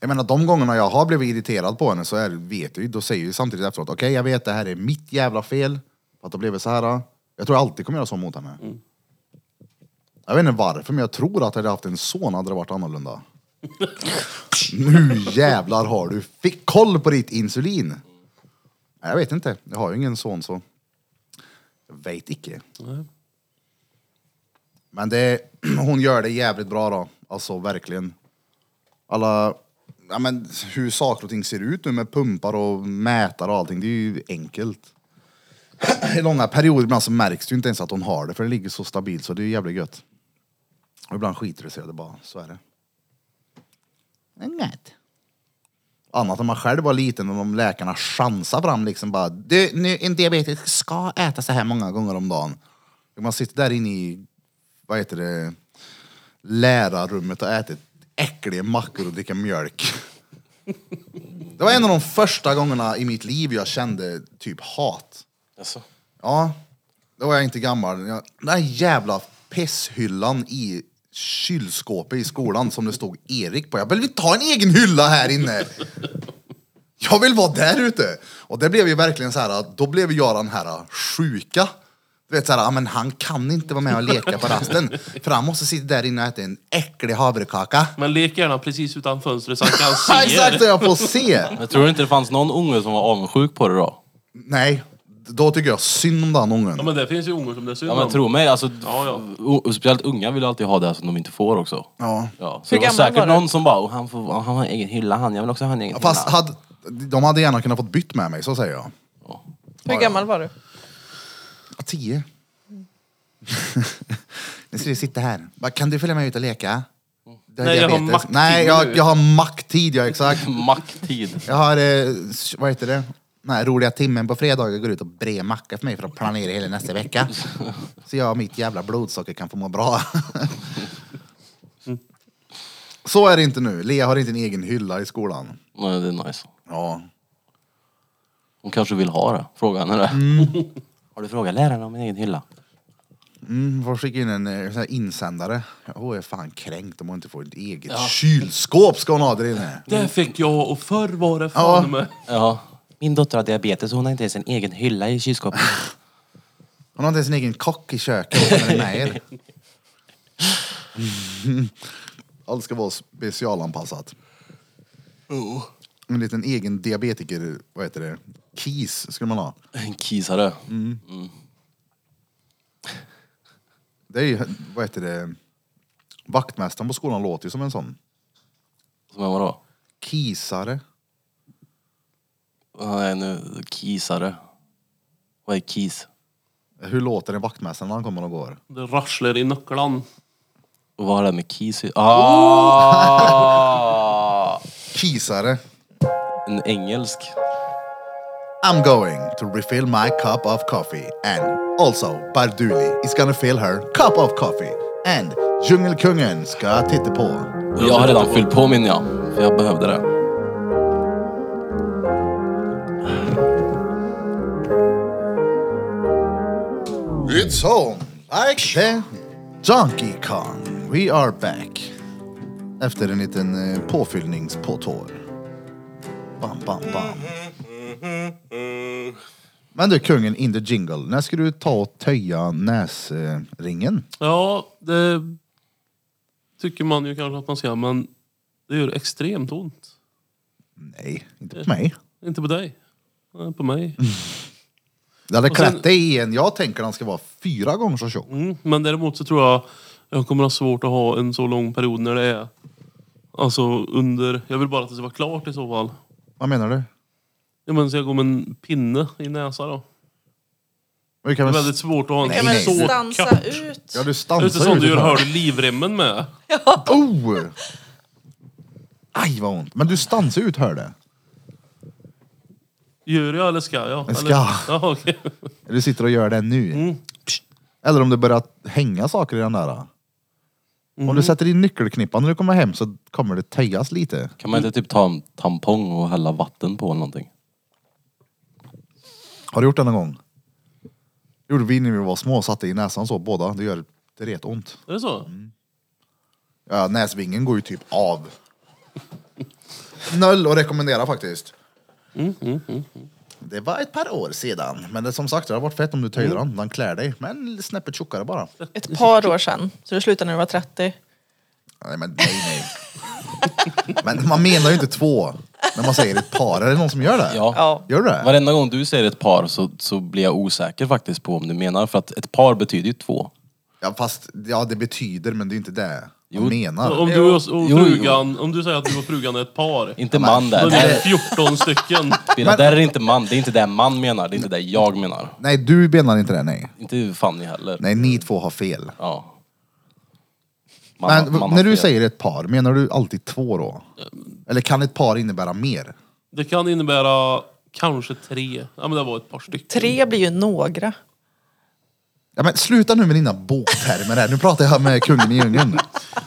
Jag menar de gångerna jag har blivit irriterad på henne så är, vet jag ju, då säger jag ju samtidigt efteråt, okej jag vet det här är mitt jävla fel, för att det blev så här. Jag tror jag alltid kommer göra så mot henne. Jag vet inte varför, men jag tror att hade jag haft en son hade det varit annorlunda. (laughs) nu jävlar har du fick koll på ditt insulin. Nej, jag vet inte, jag har ju ingen son så. Jag vet icke. Men det, (clears throat) hon gör det jävligt bra då, alltså verkligen alla, ja men hur saker och ting ser ut nu med pumpar och mätare och allting, det är ju enkelt. (clears throat) I långa perioder ibland så märks det ju inte ens att hon har det för det ligger så stabilt så det är ju jävligt gött. Och ibland skiter det sig, det är bara, så är det. Men gött. Annat när man själv var liten och de läkarna chansade fram liksom bara, du, nu, en diabetiker ska äta så här många gånger om dagen. Man sitter där inne i, vad heter det, lärarrummet och ätit äckliga mackor och dricka mjölk. Det var en av de första gångerna i mitt liv jag kände typ hat. Jaså? Ja, då var jag inte gammal. Jag, den här jävla pisshyllan i kylskåpet i skolan som det stod Erik på. Jag vill inte ha en egen hylla här inne! Jag vill vara där ute! Och det blev ju verkligen så här, då blev jag den här sjuka. Du vet så här, "Ah, men han kan inte vara med och leka på rasten. För han måste sitta där inne och äta en äcklig havrekaka. Men lek gärna precis utan fönstret så han (laughs) kan Ja, se Exakt det. vad jag får se! Jag tror inte det fanns någon unge som var avundsjuk på det då. Nej, då tycker jag synd om den ungen. Ja, men det finns ju ungar som det är synd Ja men om. tro mig, alltså, Ja, ja. o- och Speciellt unga vill ju alltid ha det som de inte får också. Ja. Ja, så Hur det var gammal säkert var du? någon som bara, "Oh, han, får, han har en egen hylla han, jag vill också ha en egen Fast hylla. hade, de hade gärna kunnat fått bytt med mig, så säger jag. Hur gammal var du? Ja, Tio. nu ska du sitta här. Bara, Kan du följa med ut och leka? Du Nej, jag har diabetes. makttid Nej, jag, nu. jag har macktid, ja exakt. Macktid. Jag har, eh, s- vad heter det? Den här roliga timmen på fredagar går ut och bre macka för mig för att planera hela nästa vecka. Så jag och mitt jävla blodsocker kan få må bra. Mm. Så är det inte nu. Lea har inte en egen hylla i skolan. Nej, det är nice. Ja. Hon kanske vill ha det, fråga henne det. Har du frågat läraren om min egen hylla? Mm, får skicka in en eh, sån här insändare. Hon är fan kränkt om hon inte får ett eget kylskåp ska hon ha där inne. Det fick jag och förr var det fan Ja. med. Ja. Min dotter har diabetes och hon har inte ens en egen hylla i kylskåpet. Hon har inte ens en egen kock i köket. Hon är med er. Allt ska vara specialanpassat. En liten egen diabetiker, vad heter det, KIS skulle man ha. En kisare. Det är ju, vad heter det, vaktmästaren på skolan låter ju som en sån. Som jag var då? KISare. Ah, Nej nu, kisare. Vad är kis? Hur låter en vaktmästare när han kommer och går? Det rasslar i nycklan. Och vad har det med kis i- ah! KISare. En engelsk. I'm going to refill my cup of coffee and also Barduli is gonna fill her cup of coffee and Djungelkungen ska titta på. Och jag har redan fyllt på min ja, för jag behövde det. It's home like the Donkey Kong. We are back. Efter en liten eh, påfyllningspåtår. Bam, bam, bam. Men du kungen in the jingle, när ska du ta och töja näsringen? Ja, det tycker man ju kanske att man ska, men det gör extremt ont. Nej, inte på mig. Inte på dig. Nej, På mig. Det hade sen- klätt dig i en, jag tänker den ska vara fyra gånger så tjock. Mm. Men däremot så tror jag jag kommer ha svårt att ha en så lång period när det är Alltså under, jag vill bara att det ska vara klart i så fall. Vad menar du? Ja men så jag går med en pinne i näsa då. Vi kan Det är väl... väldigt svårt att ha en Kan man Nej, nej. så stansa kort- ut? Ja, du Det är inte stansar som ut du gör, ifrån. hör du livremmen med? Oh! Aj vad ont. Men du stansar ut hör det. Gör jag eller ska jag? Jag ska. Eller? Ja, okej. Du sitter och gör det nu. Mm. Eller om det börjar hänga saker i den där. Mm. Om du sätter in nyckelknippan när du kommer hem så kommer det töjas lite. Kan man inte typ ta en tampong och hälla vatten på eller någonting? Har du gjort det någon gång? Det gjorde vi när vi var små och satte i näsan så båda. Det gör det rätt ont. Är det så? Ja, näsvingen går ju typ av. Noll att rekommendera faktiskt. Det var ett par år sedan. Men det, som sagt, det har varit fett om du töjde den. Den klär dig. Men snäppet tjockare bara. Ett par år sedan, så du slutade när du var 30. Nej men nej nej. men man menar ju inte två. När man säger ett par. Är det någon som gör det? Ja. Ja. Gör du det? Varenda gång du säger ett par så, så blir jag osäker faktiskt på om du menar. För att ett par betyder ju två. Ja fast, ja det betyder men det är ju inte det man menar. Om du och, och Jo, jo. frugan, om du säger att du och frugan är ett par. Inte man där. Då är Där, det är- 14 stycken. Bina, där är det inte man. Det är inte det man menar. Det är inte det jag menar. Nej du menar inte det nej. Inte Fanny heller. Nej ni två har fel. Ja. Men har när du fel. säger ett par, menar du alltid två då? Eller kan ett par innebära mer? Det kan innebära kanske tre. Ja men det var ett par stycken. Tre blir ju några. Ja men sluta nu med dina boktermer här. Nu pratar jag med kungen i djungeln.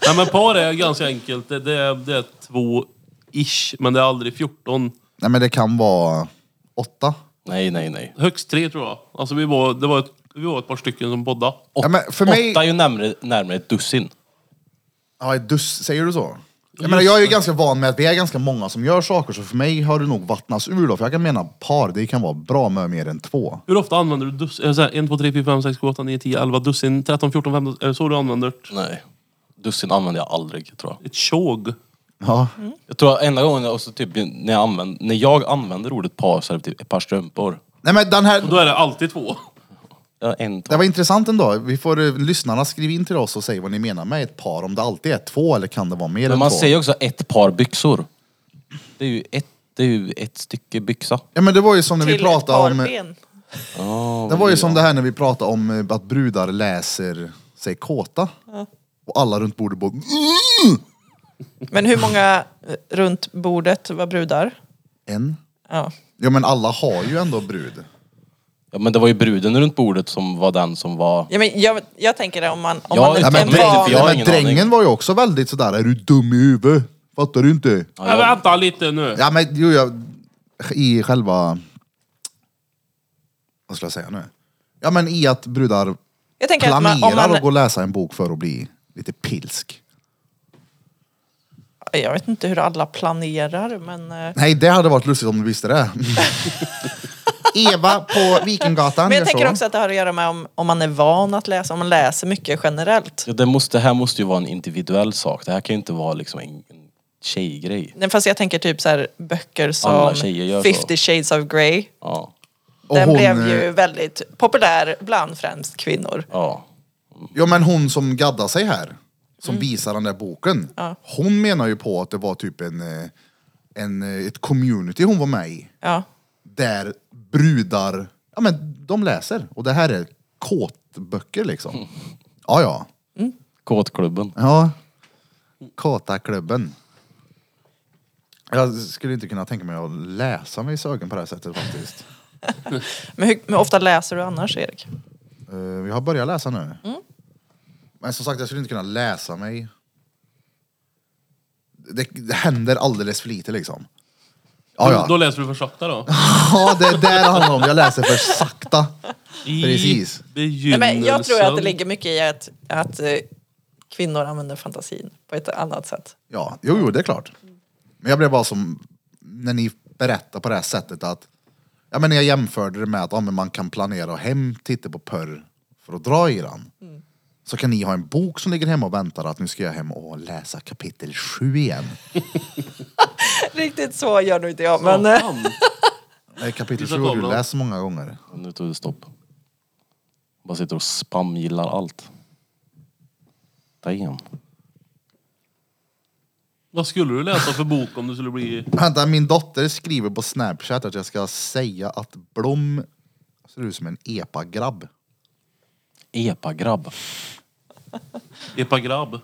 Nej men par är ganska enkelt. Det, det, är, det är två ish, men det är aldrig 14. Nej men det kan vara åtta. Nej, nej, nej. Högst tre tror jag. Alltså vi var, det var ett, vi var ett par stycken som poddade. Ja, men för Åt- mig- Åtta är ju närmare, närmare ett dussin. Ja, ett duss, säger du så? Jag, menar, jag är ju ganska van med att vi är ganska många som gör saker, så för mig har det nog vattnats ur då. För jag kan mena par, det kan vara bra med mer än två. Hur ofta använder du dus, eh, så här, 1, 2, 3, 4, 5, 6, 7, 8, 9, 10, 11 dussin, 13, 14, 15? Är det så du använder ett- Nej. Dussin använder jag aldrig tror jag. ett tjog? Ja. Jag tror att enda gången jag, också, typ, när, jag använder, när jag använder ordet par så är det typ ett par strumpor. Nej men den här, Då är det alltid två. Ja, en, två. det var intressant ändå. Vi får eh, lyssnarna skriva in till oss och säga vad ni menar med ett par. Om det alltid är två eller kan det vara mer Men än man två? säger också ett par byxor. Det är ju ett, det är ju ett stycke byxa. Ja men det var ju som när vi Till ett pratade par om... ben. Oh, Det var ju som det här när vi pratade om eh, att brudar läser sig kåta. Och alla runt bordet bara... Men hur många eh, runt bordet var brudar? En? Ja. Ja men alla har ju ändå brud. Ja, men det var ju bruden runt bordet som var den som var... Ja, men jag, jag tänker det om man... Om Ja, man ja, Nej, men, Jag vet inte, dräng, för jag nej, har men ingen drängen aning. var ju också väldigt sådär, är du dum i huvudet? Fattar du inte? Ja, Nej, jag, vänta lite nu. Ja men jo, jag, i själva... Vad ska jag säga nu? Ja men i att brudar jag tänker att man, planerar om man, att gå och läsa en bok för att bli lite pilsk. Jag vet inte hur alla planerar, men... eh, Nej det hade varit lustigt om du visste (laughs) det. Eva på Vikinggatan Men gör jag tänker så. också att det har att göra med om, om man är van att läsa, om man läser mycket generellt. Ja, det, måste, det här måste ju vara en individuell sak. Det här kan ju inte vara liksom en, en tjejgrej. Nej, fast jag tänker typ så här, böcker som Alla tjejer gör så. 50 shades of Grey. Ja. Och Den hon, blev ju eh, väldigt populär bland främst kvinnor. ja. Ja men hon som gaddar sig här, som Mm. visar den där boken. Hon menar ju på att det var typ en, eh, en, eh, ett community hon var med i. Ja. Där brudar, ja men de läser. Och det här är kåtböcker (laughs) liksom. Ja ja. Kåtklubben. Ja. Kåtaklubben. Jag skulle inte kunna tänka mig att läsa mig i sögen på det här sättet faktiskt. Men hur men ofta läser du annars, Erik? Eh, Jag har börjat läsa nu. Men som sagt, jag skulle inte kunna läsa mig. Det, det händer alldeles för lite liksom. Ja, Då ja. läser du för sakta då. ja det är där det handlar om. Jag läser för sakta. I Precis. Nej, begynnelsen. men jag tror att det ligger mycket i att, att eh, kvinnor använder fantasin på ett annat sätt. (laughs) Ja, jo, jo, det är klart. Men jag blev bara som, när ni berättar på det här sättet att, ja men jag jämförde det med att ja, men man kan planera och hem, titta på porr för att dra i den. Så kan ni ha en bok som ligger hemma och väntar att nu ska jag hem och läsa kapitel sju igen. Riktigt så gör nog inte jag, men... eh, Fan. Nej, kapitel Titta 7 har du kablarna. läst så många gånger. Nu tog det stopp. Bara sitter och spamgillar allt. Damn. Vad skulle du läsa för bok om du skulle bli... Vänta, min dotter skriver på snapchat att jag ska säga att Blom ser ut som en epa-grabb. Epa-grabb. Epagrabb.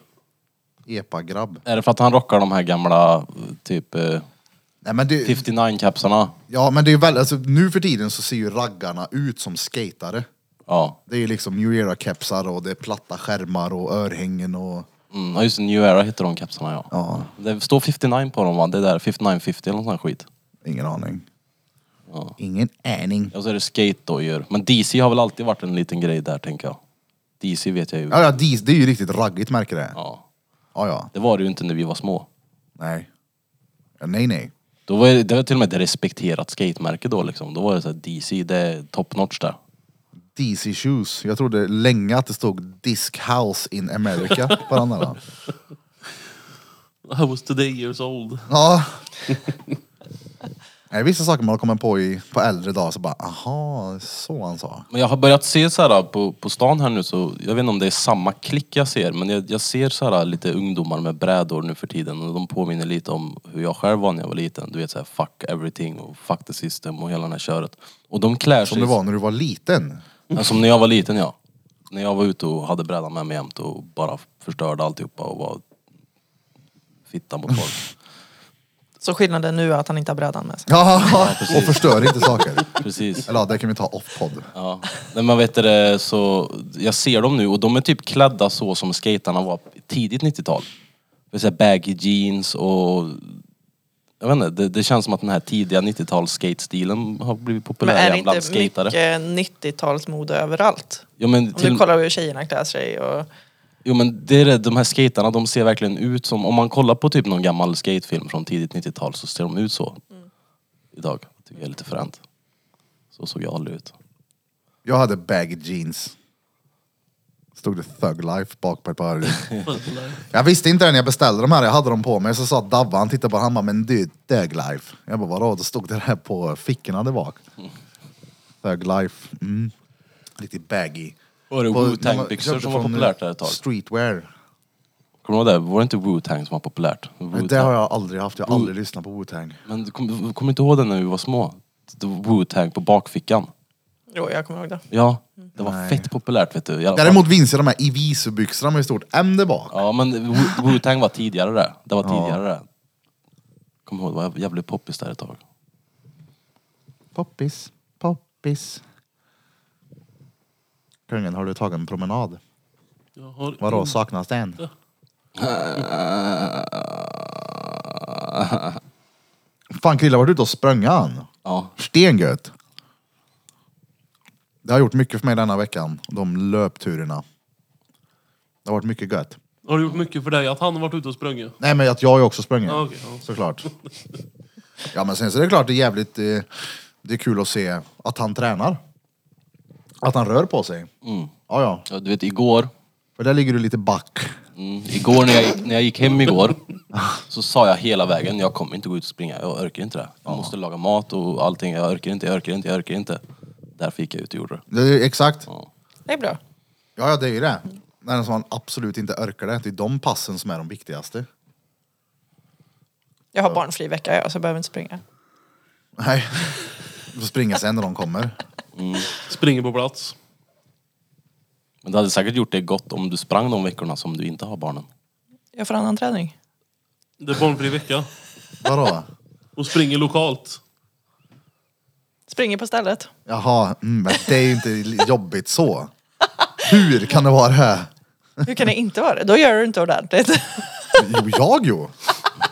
Epa-grabb. Är det för att han rockar de här gamla typ eh, Nej men Typ- det, 59-kapsarna? ja men det är ju väl, alltså, nu för tiden så ser ju raggarna ut som skatare. Ja. Det är ju liksom new era-kepsar och det är platta skärmar och örhängen och... Mm, ja, just det, New Era heter de kapsarna ja. Ja, Det står 59 på dem va? Det är där 5950 eller någon sån här skit. ingen aning. Ja. Ingen aning. Och så är det skatedojor. Men DC har väl alltid varit en liten grej där tänker jag. DC vet jag ju. Ja, ja, det, det är ju riktigt raggigt märker det. Ja. Ja, ja. Det var det ju inte när vi var små. Nej. Ja, nej, nej. Då var det, det var till och med ett respekterat skatemärke då liksom. Då var det så här DC, det är top notch där. DC Shoes. Jag trodde länge att det stod Disc House in America på den där. I was today years old. Ja. Nej, vissa saker man har kommit på i, på äldre dagar så bara, aha, så han sa. Men jag har börjat se så här på, på stan här nu så, jag vet inte om det är samma klick jag ser men jag, jag ser så här lite ungdomar med brädor nu för tiden och de påminner lite om hur jag själv var när jag var liten. Du vet så här fuck everything och fuck the system och hela den här köret. Och de klär Som sig... det var när du var liten. Ja, som när jag var liten ja. När jag var ute och hade brädan med mig jämt och bara förstörde alltihopa och var fittan mot (laughs) folk. Så skillnaden nu är att han inte har brädan med sig. Ja, (laughs) och förstör inte saker. Precis. Eller ja, det kan vi ta off-podd. Ja. Nej, men vet du det, så jag ser dem nu och de är typ klädda så som skaterna var tidigt 90-tal. Det vill säga baggy jeans och... Jag vet inte, det, det känns som att den här tidiga 90-tals skate-stilen har blivit Men populär är det igen inte bland skatare. mycket 90-talsmode överallt? Ja, men Om till, du kollar hur tjejerna klär sig och Jo men det är det, de här skaterna de ser verkligen ut som, om man kollar på typ någon gammal skatefilm från tidigt 90-tal så ser de ut så. Mm. Idag. Tycker jag är lite fränt. Så såg jag aldrig ut. Jag hade baggy jeans. Stod det thug life bak på ett par. jag visste inte det när jag beställde de här, jag hade dem på mig. Så sa Dabba, han tittade på mig, han bara, men du, thug life. Jag bara, vadå? Då stod det där på fickorna där bak. Thug life. Mm. Riktigt baggy. Var det På- när Wu-Tang man byxor köpte som var från, populärt eh, där ett tag? Streetwear. Kommer du ihåg det? Var det inte Wu-Tang som var populärt? Men Wu-Tang. Det har jag aldrig haft, jag har aldrig lyssnat på Wu-Tang. Men du kommer kom inte ihåg det när vi var små? Det var Wu-Tang på bakfickan. Jo, jag kommer ihåg det. Ja, det var Nej. fett populärt vet du. I alla fall. Däremot minns jag de här Iviso-byxorna med stort M där bak. Ja men Wu- Wu-Tang var tidigare där. Det var tidigare där. Kommer ihåg, det var jävligt poppis där ett tag. Poppis, poppis. Kungen, har du tagit en promenad? Jag har Vadå, saknas det en? Fan, Krilla varit ute och sprang han. Ja. Stengött. Det har gjort mycket för mig denna veckan, de löpturerna. Det har varit mycket gött. Har det gjort mycket för dig att han har varit ute och sprungit? Nej men att jag har ju också sprungit. Ja, okej, ja. Såklart. Ja men sen så är det klart det är jävligt eh, Det är kul att se att han tränar. Att han rör på sig. Ja ja. Ja, Du vet igår, För där ligger du lite back. mm, igår när jag, gick, när jag gick (laughs) hem igår så sa jag hela vägen, jag kommer inte gå ut och springa, jag orkar inte det. Jag måste laga mat och allting, jag orkar inte, jag orkar inte, jag orkar inte. Därför gick jag ut och gjorde det. Det är, exakt. Ja. Det är bra. Ja ja det är ju det. När som man absolut inte orkar det. Det är de passen som är de viktigaste. Jag har barnfri vecka jag, så jag behöver inte springa. Nej. Du får springa sen när de kommer. Springer på plats. Men det hade säkert gjort dig gott om du sprang de veckorna som du inte har barnen. Jag får annan träning. Det är barnfri vecka. Vadå? Och springer lokalt. Springer på stället. Jaha, mm, men det är ju inte jobbigt så. Hur kan det vara det? Hur kan det inte vara det? Då gör du inte ordentligt. (laughs) Jo, jag jo.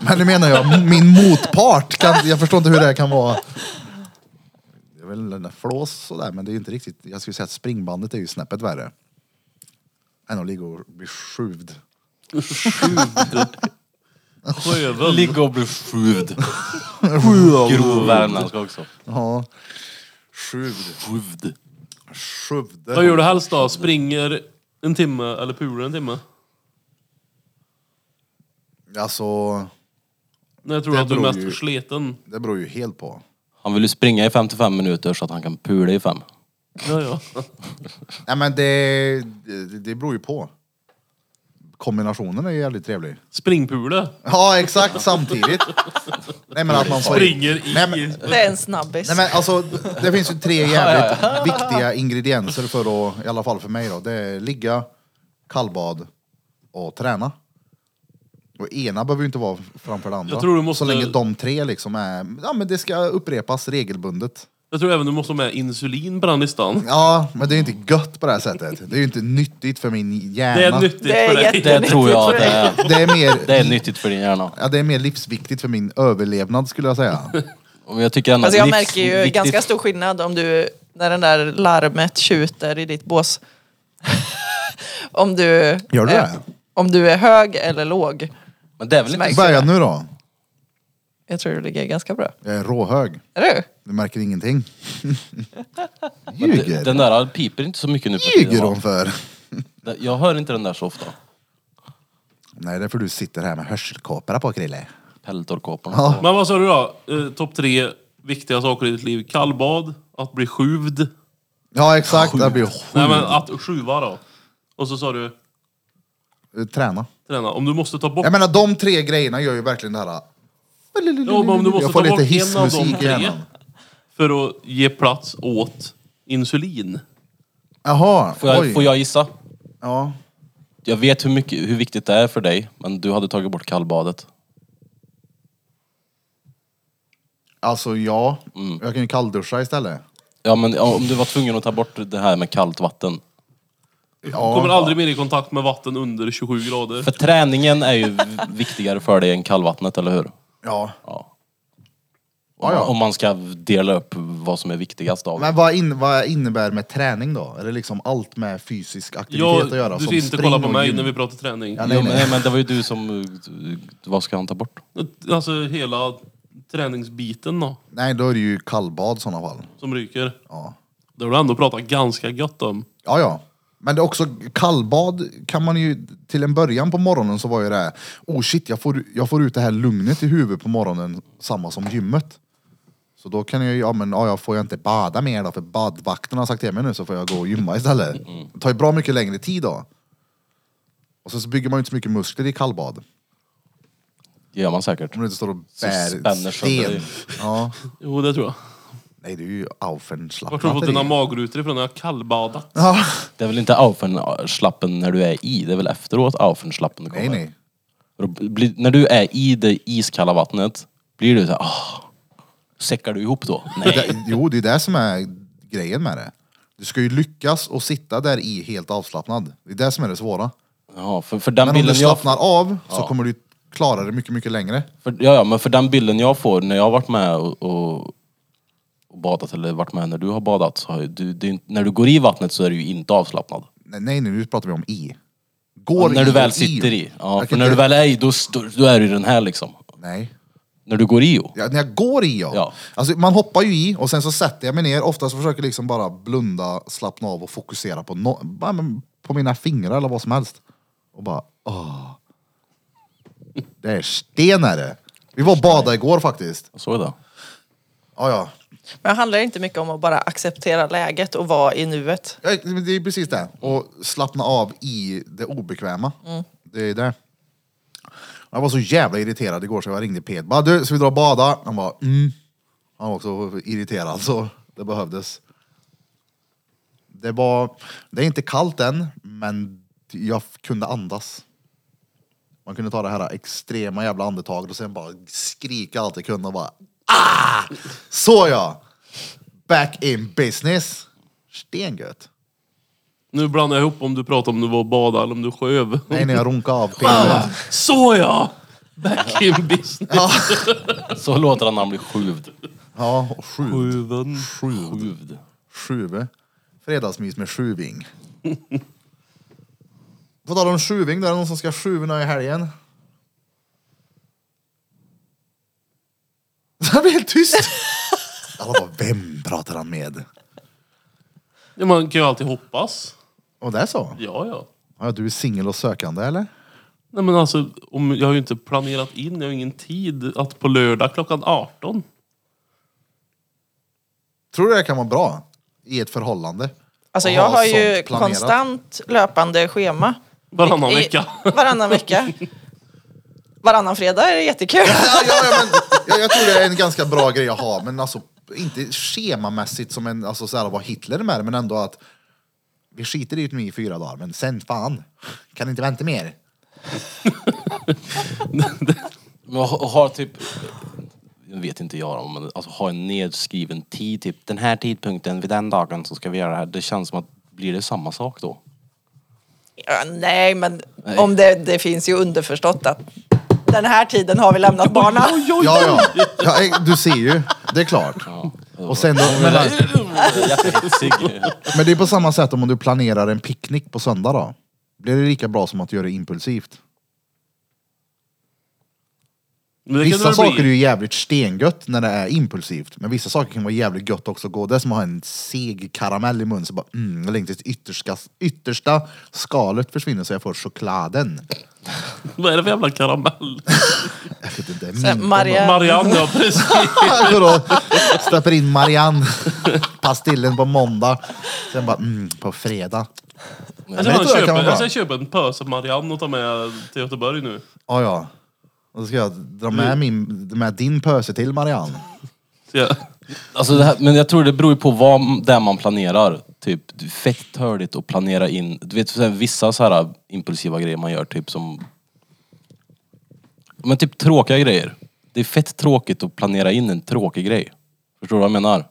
Men nu menar jag min motpart. Kan, jag förstår inte hur det här kan vara. Det är väl en flås sådär, men det är ju inte riktigt. Jag skulle säga att springbandet är ju snäppet värre. Än att ligga och bli sjuvd. Sjövel. Ligga och bli sjuvd. Grov värmländska också. Ja. Sjuvd. Sjuvd. Sjuvde. Vad gör du helst då? Springer en timme eller pular en timme? Alltså, Nej, jag tror Det att du är beror mest ju- försleten. det beror ju helt på. Han vill ju springa i 55 minuter så att han kan pula i fem. Ja, ja. Nej men det, det, det beror ju på. Kombinationen är ju jävligt trevlig. Springpule. Ja, exakt samtidigt. Nej men att man får... Springer i... Nej, men- Det är en snabbis. Nej men alltså, det finns ju tre jävligt viktiga ingredienser för att, i alla fall för mig då. Det är ligga, kallbad och träna. Och ena behöver ju inte vara framför det andra. Jag tror du Så måste- länge de tre liksom är, ja men det ska upprepas regelbundet. Jag tror även du måste ha med insulin på den listan. Ja, men det är ju inte gött på det här sättet. Det är ju inte nyttigt för min hjärna. Det är nyttigt Det är för dig. jätte- Det tror jag det är. Det är mer, Det är nyttigt för din hjärna. ja, det är mer livsviktigt för min överlevnad skulle jag (laughs) säga. Och jag tycker ändå Alltså jag livs- märker ju viktigt- ganska stor skillnad om du, när den där larmet tjuter i ditt bås. (laughs) om du... Gör du eh, det? Om du är hög eller låg. Men det är väl inte... Märks- Börja nu då. Jag tror du ligger ganska bra. Jag är råhög. Är du? Du märker ingenting. Ljuger. Den där piper inte så mycket nu för ljuger va? hon för? Den- Jag hör inte den där så ofta. Nej, det är för du sitter här med hörselkåporna på Krille. Pelletorkåporna. Ja. Men vad sa du då? Eh, Topp tre viktiga saker i ditt liv. Kallbad, att bli sjuvd. Ja, exakt. Det blir Nej men att sjuva då. Och så sa du, sjukt. Träna. träna. Om du måste ta bort... Jag menar, de tre grejerna gör ju verkligen det här... Ja, men om du måste jag får ta lite bort en av de hissmusik i tre. hjärnan. För att ge plats åt insulin. Jaha, Får, jag, oj. får jag gissa? Ja. Jag vet hur, mycket, hur viktigt det är för dig, men du hade tagit bort kallbadet. Alltså, ja. Mm. Jag kan ju kallduscha istället. Ja men ja, om du var tvungen att ta bort det här med kallt vatten. Ja. Kommer aldrig mer i kontakt med vatten under 27 grader. För träningen är ju v- viktigare för dig än kallvattnet, eller hur? Ja. Ja. Ja, ja. Om man ska dela upp vad som är viktigast av Men vad, in, vad innebär med träning då? Är det liksom allt med fysisk aktivitet Jag, att göra? du ska som inte spring kolla på och mig gym? när vi pratar träning. Ja, nej, Jo, men, nej. nej, men det var ju du som... eh, Vad ska han ta bort? Alltså hela träningsbiten då, Nej, då är det ju kallbad i sådana fall. som ryker. Ja. Det har du ändå pratat ganska gött om. Ja, ja. Men det är också kallbad kan man ju, till en början på morgonen så var ju det här, oh shit jag får, jag får ut det här lugnet i huvudet på morgonen, samma som gymmet. Så då kan jag ju, ja men ja, jag får jag inte bada mer då för badvakten har sagt till mig nu så får jag gå och gymma istället. Mm. Det tar ju bra mycket längre tid då. Och sen så bygger man ju inte så mycket muskler i kallbad. Om Det gör man säkert. du inte står och Så bär spänner sönder sten. dig. Ja. Jo, det tror jag. Nej det är ju Vart har du Aufenschlappnatter. fått dina magrutor ifrån? Jag har kallbadat. Ja. Det är väl inte Aufenschlappen när du är i? Det är väl efteråt Aufenschlappen Nej kommer? nej. Och Då blir, när du är i det iskalla vattnet, blir du så här, ah, Säckar du ihop då? Det Nej. där, jo, det är det som är grejen med det. Du ska ju lyckas och sitta där i helt avslappnad. Det är det som är det svåra. Ja, för, för den Men om du bilden jag... slappnar av så kommer du klara det mycket, mycket längre. För, ja, ja, men för den bilden jag får när jag har varit med och, och, och badat eller varit med när du har badat så har ju du, det, är inte- när du går i vattnet så är du ju inte avslappnad. Nej, nej nu pratar vi om i. Går när i du och väl sitter i. Ja, Jag för kan när du inte- väl är i, då, då, då är du den här liksom. Nej. När du går i jo. Ja, när jag går i ja. Ja. Alltså, man hoppar ju i och sen så sätter jag mig ner. Oftast försöker jag liksom bara blunda, slappna av och fokusera på, no- bara, men, på mina fingrar eller vad som helst. Och bara, åh. Det är sten är det. Vi var och badade igår faktiskt. Jag såg det. Ja, ja. Men det handlar inte mycket om att bara acceptera läget och vara i nuet. Ja, men Det är precis det. Och slappna av i det obekväma. Det är det. Jag var så jävla irriterad igår så jag ringde Peder. Bara, du, ska vi dra och bada? Han bara, mm. Han var också irriterad så det behövdes. Det var, det är inte kallt än, men jag kunde andas. Man kunde ta det här extrema jävla andetaget och sen bara skrika allt jag kunde och bara ah! Så ja! Back in business! Stengött! Nu blandar jag ihop om du pratar om du var och badade eller om du sköv. Nej, när jag runkade av pinnen. Såja! Back in business. Så låter han när han blir skjuvd. Ja, och sju. Sjuven. Skjuvd. Sjuve. Fredagsmys med sjuving. På tal om sjuving, då är det någon som ska sjuvna i helgen. (laughs) Det blir helt tyst. Alla bara, vem pratar han med? Ja, man kan ju alltid hoppas. Och det är så? Ja, ja. Ja, du är singel och sökande eller? Nej men alltså, om, jag har ju inte planerat in, jag har ingen tid att på lördag klockan 18. Tror du det kan vara bra? I ett förhållande? Alltså Att jag ha har sånt ju planerat. konstant löpande schema. Varannan I- vecka. (laughs) Varannan vecka. Varannan fredag är det jättekul. (laughs) Ja, ja, ja, men, jag, jag tror det är en ganska bra grej att ha, men alltså inte schemamässigt som en, alltså så här, vad Hitler är med men ändå att vi skiter i det i fyra dagar, men sen fan, kan inte vänta mer. Men ha, ha typ, jag vet inte jag om, men alltså ha en nedskriven tid, typ den här tidpunkten vid den dagen så ska vi göra det här. Det känns som att, blir det samma sak då? Ja, nej, men Nej. om det, det finns ju underförstått att den här tiden har vi lämnat barnen. Ja, ja, ja, eh, du ser ju, det är klart. Och sen då, men, Jättehetsig. men det är på samma sätt om du planerar en picknick på söndag då. Blir det lika bra som att göra det impulsivt? Men det kan Vissa det väl saker är bli. ju jävligt stengött när det är impulsivt, men vissa saker kan vara jävligt gött också. att Gå. Det är som att ha en seg karamell i munnen, så bara mm, jag längtar till yttersta, yttersta skalet försvinner så jag får chokladen. Vad är det för jävla karamell? Jag vet inte, Så minten Eh, (laughs) Maria, Marianne, ja (laughs) precis. bara. Går och Släpper in Marianne, (laughs) pastillen på måndag, sen bara mm, på fredag. Jag ska, det fan tror jag kan köpa, vara bra. jag ska köpa en pöse Marianne och ta med till Göteborg nu. Ja, ja. Och så ska jag dra Mm. med, min, med din pöse till Marianne. Så jag, Alltså det här, men jag tror det beror ju på vad det är man planerar. Typ, det är fett hörligt att planera in, du vet så här, vissa så här äh, impulsiva grejer man gör, typ som... Men typ tråkiga grejer. Det är fett tråkigt att planera in en tråkig grej. Förstår du vad jag menar?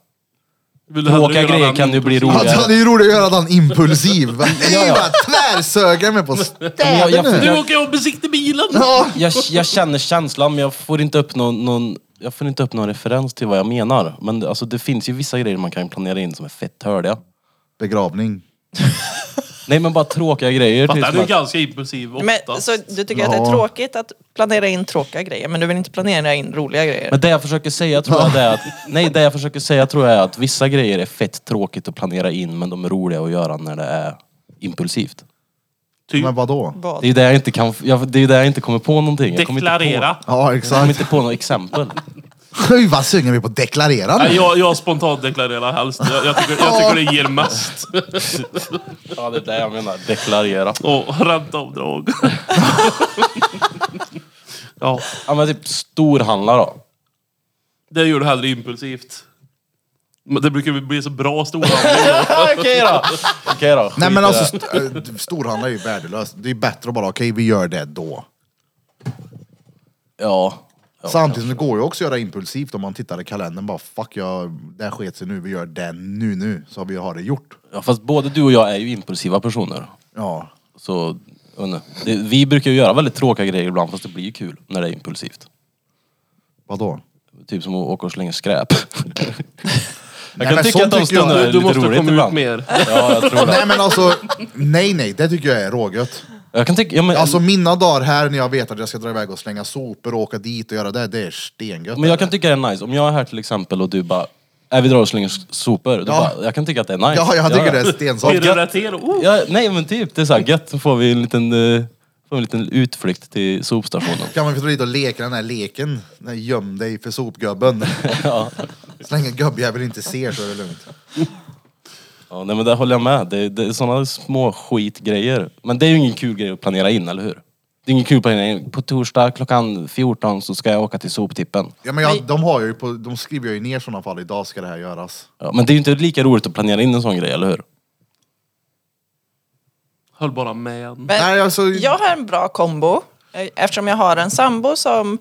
vill du hellre Tråkiga göra grejer den kan ju bli impulsiv? Alltså, roligare. (laughs) det är ju roligt att göra den impulsiv. Det är ju bara där sög jag mig på jag- städer jag- nu. Nu åker jag och besiktar bilen! Ja. Jag, jag känner känslan men jag får inte upp någon, någon jag får inte upp någon referens till vad jag menar. Men det- alltså, det finns ju vissa grejer man kan planera in som är fett törliga. Begravning. Nej men bara tråkiga grejer. typ Fattar som du är att- ganska impulsiv Men, oftast. så du tycker att det Ja. är tråkigt att planera in tråkiga grejer men du vill inte planera in roliga grejer? Men det jag försöker säga tror jag det är att, (laughs) nej det jag försöker säga tror jag är att vissa grejer är fett tråkigt att planera in men de är roliga att göra när det är impulsivt. Typ Men vadå? Vad? Det är ju det jag inte kan, jag, det är ju det jag inte kommer på någonting. Jag kommer inte på- deklarera. Ja Jag kommer exakt. inte på något exempel. Fy vad sugen vi är på att deklarera Nej, nu. jag, jag spontant deklarerar helst. Jag, jag, tycker, jag tycker det ger mest. Ja det är det jag menar, deklarera. Och ränteavdrag. ja, (laughs) Ja men typ (laughs) storhandla då. det gör du hellre impulsivt. Men det brukar bli så (laughs) bra storhandel då. Okej då! Okej då. skit Nej i men det. alltså st- äh, storhandla är ju värdelöst. Det är bättre att bara okej vi gör det då. Ja. ja. Samtidigt som det går ju också att göra impulsivt om man tittar i kalendern bara fuck jag, det här sket sig nu, vi gör det nu nu så vi har det gjort. Ja, fast både du och jag är ju impulsiva personer. Ja. Så, jag vet inte. det, vi brukar ju göra väldigt tråkiga grejer ibland fast det blir ju kul när det är impulsivt. Vadå? Typ som att åka och (laughs) slänga skräp. jag men kan så tycka att tycker de stunderna jag. är lite Du, du måste roligt komma ibland. ut mer. Ja, jag tror det. Nej men alltså, nej nej, det tycker jag är rågött. Jag kan tycka, ja, men, Alltså mina dagar här när jag vet att jag ska dra iväg och slänga sopor och åka dit och göra det, det är stengött. men jag kan tycka det är nice. Om jag är här till exempel och du bara, är vi drar och slänger s- sopor. Du Ja. bara, jag kan tycka att det är nice. Ja, jag tycker det är Blir stensalt. det rätt till? Oh, (laughs) Ja, nej men typ, det är såhär gött. Då får vi en liten, eh, får vi en liten utflykt (laughs) till sopstationen. Kan man få dra dit och leka den här leken? Den här göm dig för sopgubben. (laughs) ja. Så länge gubbjäveln inte ser så är det lugnt. Ja, nej, men där håller jag med. Det, det är sådana små skitgrejer. Men det är ju ingen kul grej att planera in, eller hur? Det är ingen kul att planera in. På torsdag klockan 14 så ska jag åka till soptippen. Ja, men jag, de, har ju på, de skriver jag ju ner i sådana fall, idag ska det här göras. Ja, men det är ju inte lika roligt att planera in en sån grej, eller hur? höll bara med. Men Nej, alltså- Jag har en bra kombo eh, eftersom jag har en sambo som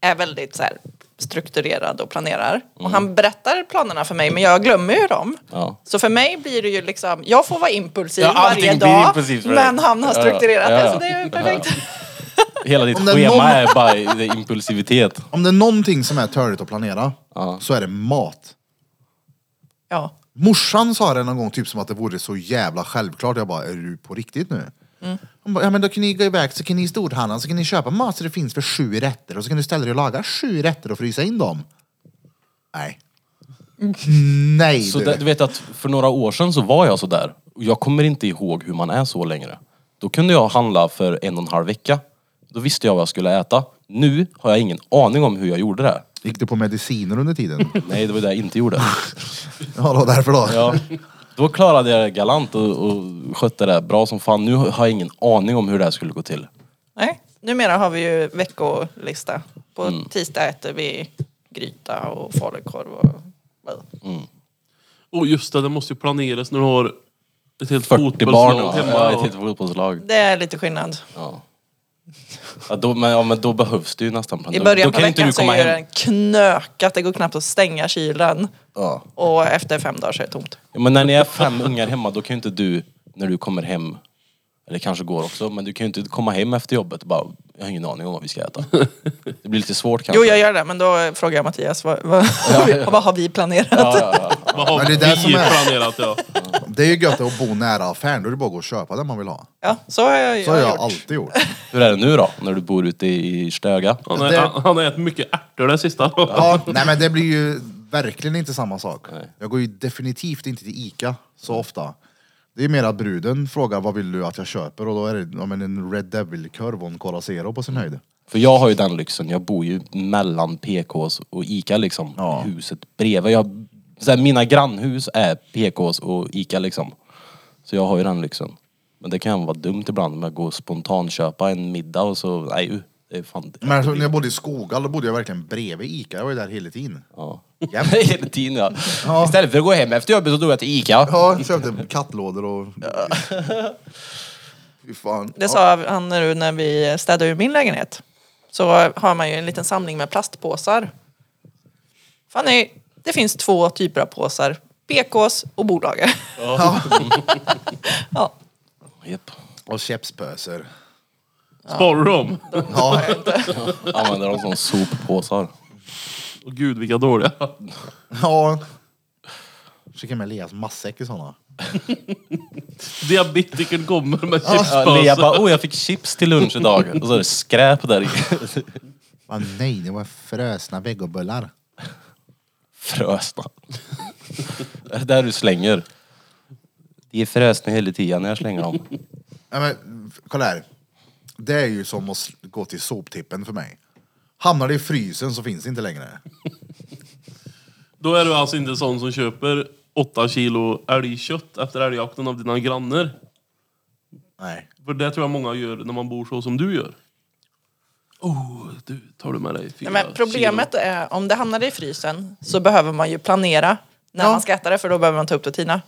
är väldigt så här, strukturerad och planerar. Och han berättar planerna för mig men jag glömmer ju dem. Mm. Ja. Så för mig blir det ju liksom, jag får vara impulsiv Ja, allting varje blir dag impulsivt för dig. men han har Ja, ja. strukturerat Ja, det (laughs) ja. så det är ju perfekt. Hela ditt Om det är schema någon- är bara i- det är impulsivitet. Om det är någonting som är törligt att planera så är det mat. Ja. Morsan sa det någon gång typ som att det vore så jävla självklart. Jag bara, är du på riktigt nu? Hon bara, ja men då kan ni gå iväg så kan ni i storhandlaren så kan ni köpa mat så det finns för sju rätter och så kan du ställa dig och laga sju rätter och frysa in dem. Nej. Nej Så du. där, du vet att för några år sedan så var jag så där. Och Jag kommer inte ihåg hur man är så längre. Då kunde jag handla för en och en halv vecka. Då visste jag vad jag skulle äta. Nu har jag ingen aning om hur jag gjorde det. här. Gick du på mediciner under tiden? (laughs) Nej, det var det jag inte (laughs) gjorde. ja, då därför då. Ja. Då klarade jag det galant och, och skötte det bra som fan. Nu har jag ingen aning om hur det här skulle gå till. Nej. Numera har vi ju veckolista. På Mm. tisdag äter vi gryta och falukorv och Mm. Oh, just det, det måste ju planeras när du har ett helt 40 barn och fotbollslag ja, ett hemma. helt fotbollslag. Det är lite skillnad. Ja. Ja, då, men, ja, men då behövs det ju nästan I planering. början då på kan inte du veckan så komma är hem. det knökat, det går knappt att stänga kylen. Ja. Och efter fem dagar så är det tomt. Ja, men när ni är fem ungar hemma, då kan ju inte du, när du kommer hem, eller kanske går också, men du kan ju inte komma hem efter jobbet och bara, jag har ingen aning om vad vi ska äta. Det blir lite svårt kanske. Jo, jag gör det, men då frågar jag Mattias vad, vad, (laughs) vad har vi planerat? Ja, ja, ja. Vad har Men det vi är det som är- planerat? Ja. Det är ju gött att bo nära affären, då är det bara att gå och köpa det man vill ha. Ja, så har jag, Så har jag jag gjort. alltid gjort. Hur är det nu då, när du bor ute i Stöga? Han, är, Det- han, han har ätit mycket ärtor det sista. Ja, nej men det blir ju verkligen inte samma sak. Jag går ju definitivt inte till Ica så ofta. Det är mer att bruden frågar vad vill du att jag köper och då är det ja, men en Red Devil-korv och en Cola Zero på sin höjd. För jag har ju den lyxen, jag bor ju mellan PKs och ICA liksom. Ja. Huset bredvid. Jag, så här, mina grannhus är PKs och ICA liksom. Så jag har ju den lyxen. Men det kan vara dumt ibland med att gå och spontanköpa en middag och så, nej uh, det är fan... Men alltså, när jag bodde i Skogal då bodde jag verkligen bredvid Ica, jag var ju där hela tiden. Ja. (laughs) Jämt. Hela tiden ja. Ja. Istället för att gå hem efter jobbet så drog jag till ICA. Ja, jag köpte kattlådor och... Fy fan. Det sa han nu när vi städade ur min lägenhet. Så har man ju en liten samling med plastpåsar. Fanny, det finns två typer av påsar. PKs och bolaget. Ja. Ja. Japp. Och käppspöser. Sparar du dem? Ja, Använder dem som soppåsar. Åh gud vilka dåliga. ja. Skicka med Elias matsäck i såna. Diabetikern kommer med Ja, Lea chipspåse. bara, oh jag fick chips till lunch idag. Och så är det skräp där i. Ah, nej, det var frösna vegobullar. Frösna. Är det där du slänger? De är frösna hela tiden när jag slänger dem. Ja, men, f- kolla här. Det är ju som att s- gå till soptippen för mig. Hamnar det i frysen så finns det inte längre. Då är du alltså inte sån som köper 8 kilo älgkött efter älgjakten av dina grannar. Nej. För det tror jag många gör när man bor så som du gör. Oh, du tar du med dig fyra Nej, men problemet är om det hamnar i frysen så behöver man ju planera när Ja. man ska äta det för då behöver man ta upp det och tina.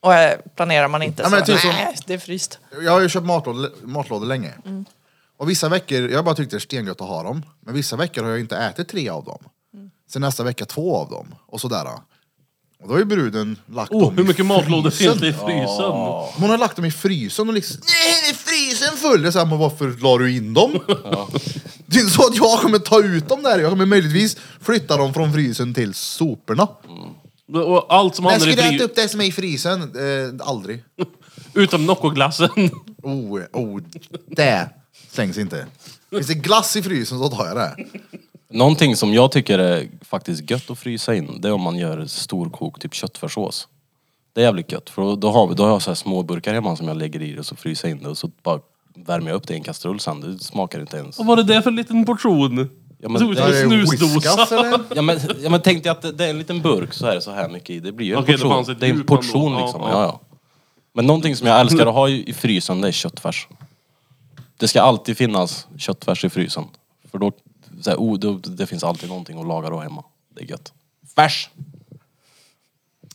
Och eh, planerar man inte Ja, så men typ som- nej, det är fryst. Jag har ju köpt matlådor, matlådor länge. Och vissa veckor, jag har bara tyckt det är stengött att ha dem. Men vissa veckor har jag inte ätit tre av dem. Sen nästa vecka två av dem. Och sådär. Och då har ju bruden lagt Åh, dem Oh, hur i mycket matlådor frysen. finns det i frysen? Men Hon har lagt dem i frysen och liksom Nej, det är frysen full! Det är så här, men varför la du in dem? Det är inte så att jag kommer ta ut dem där. Jag kommer möjligtvis flytta dem från frysen till soporna. Och allt som Men hamnar i ska du äta frysen, upp det som är i frysen? Eh, aldrig. utom Noccoglassen. Oh, oh, det slängs inte. Finns det glass i frysen så tar jag det. Någonting som jag tycker är faktiskt gött att frysa in, det är om man gör storkok typ köttfärssås. Det är jävligt gött, för då- då har, vi, då har jag så här små burkar hemma som jag lägger i det och så fryser jag in det och så bara värmer jag upp det i en kastrull sen. Det smakar inte ens. (laughs) Vad var det där för liten portion? Ja, men det såg ut det som en Är det whiskas snusdosa. eller? Ja men, ja, men tänkte jag att det, det är en liten burk så är det så här mycket i. Det blir ju en Okej, det portion. fanns Det, ett är en djup portion ändå. liksom. Ja, Ja, ja. ja. Men någonting som jag älskar att ha i, i frysen det är köttfärs. Det ska alltid finnas köttfärs i frysen. För då, så här, oh, då det finns alltid någonting att laga då hemma. Det är gött. Färs!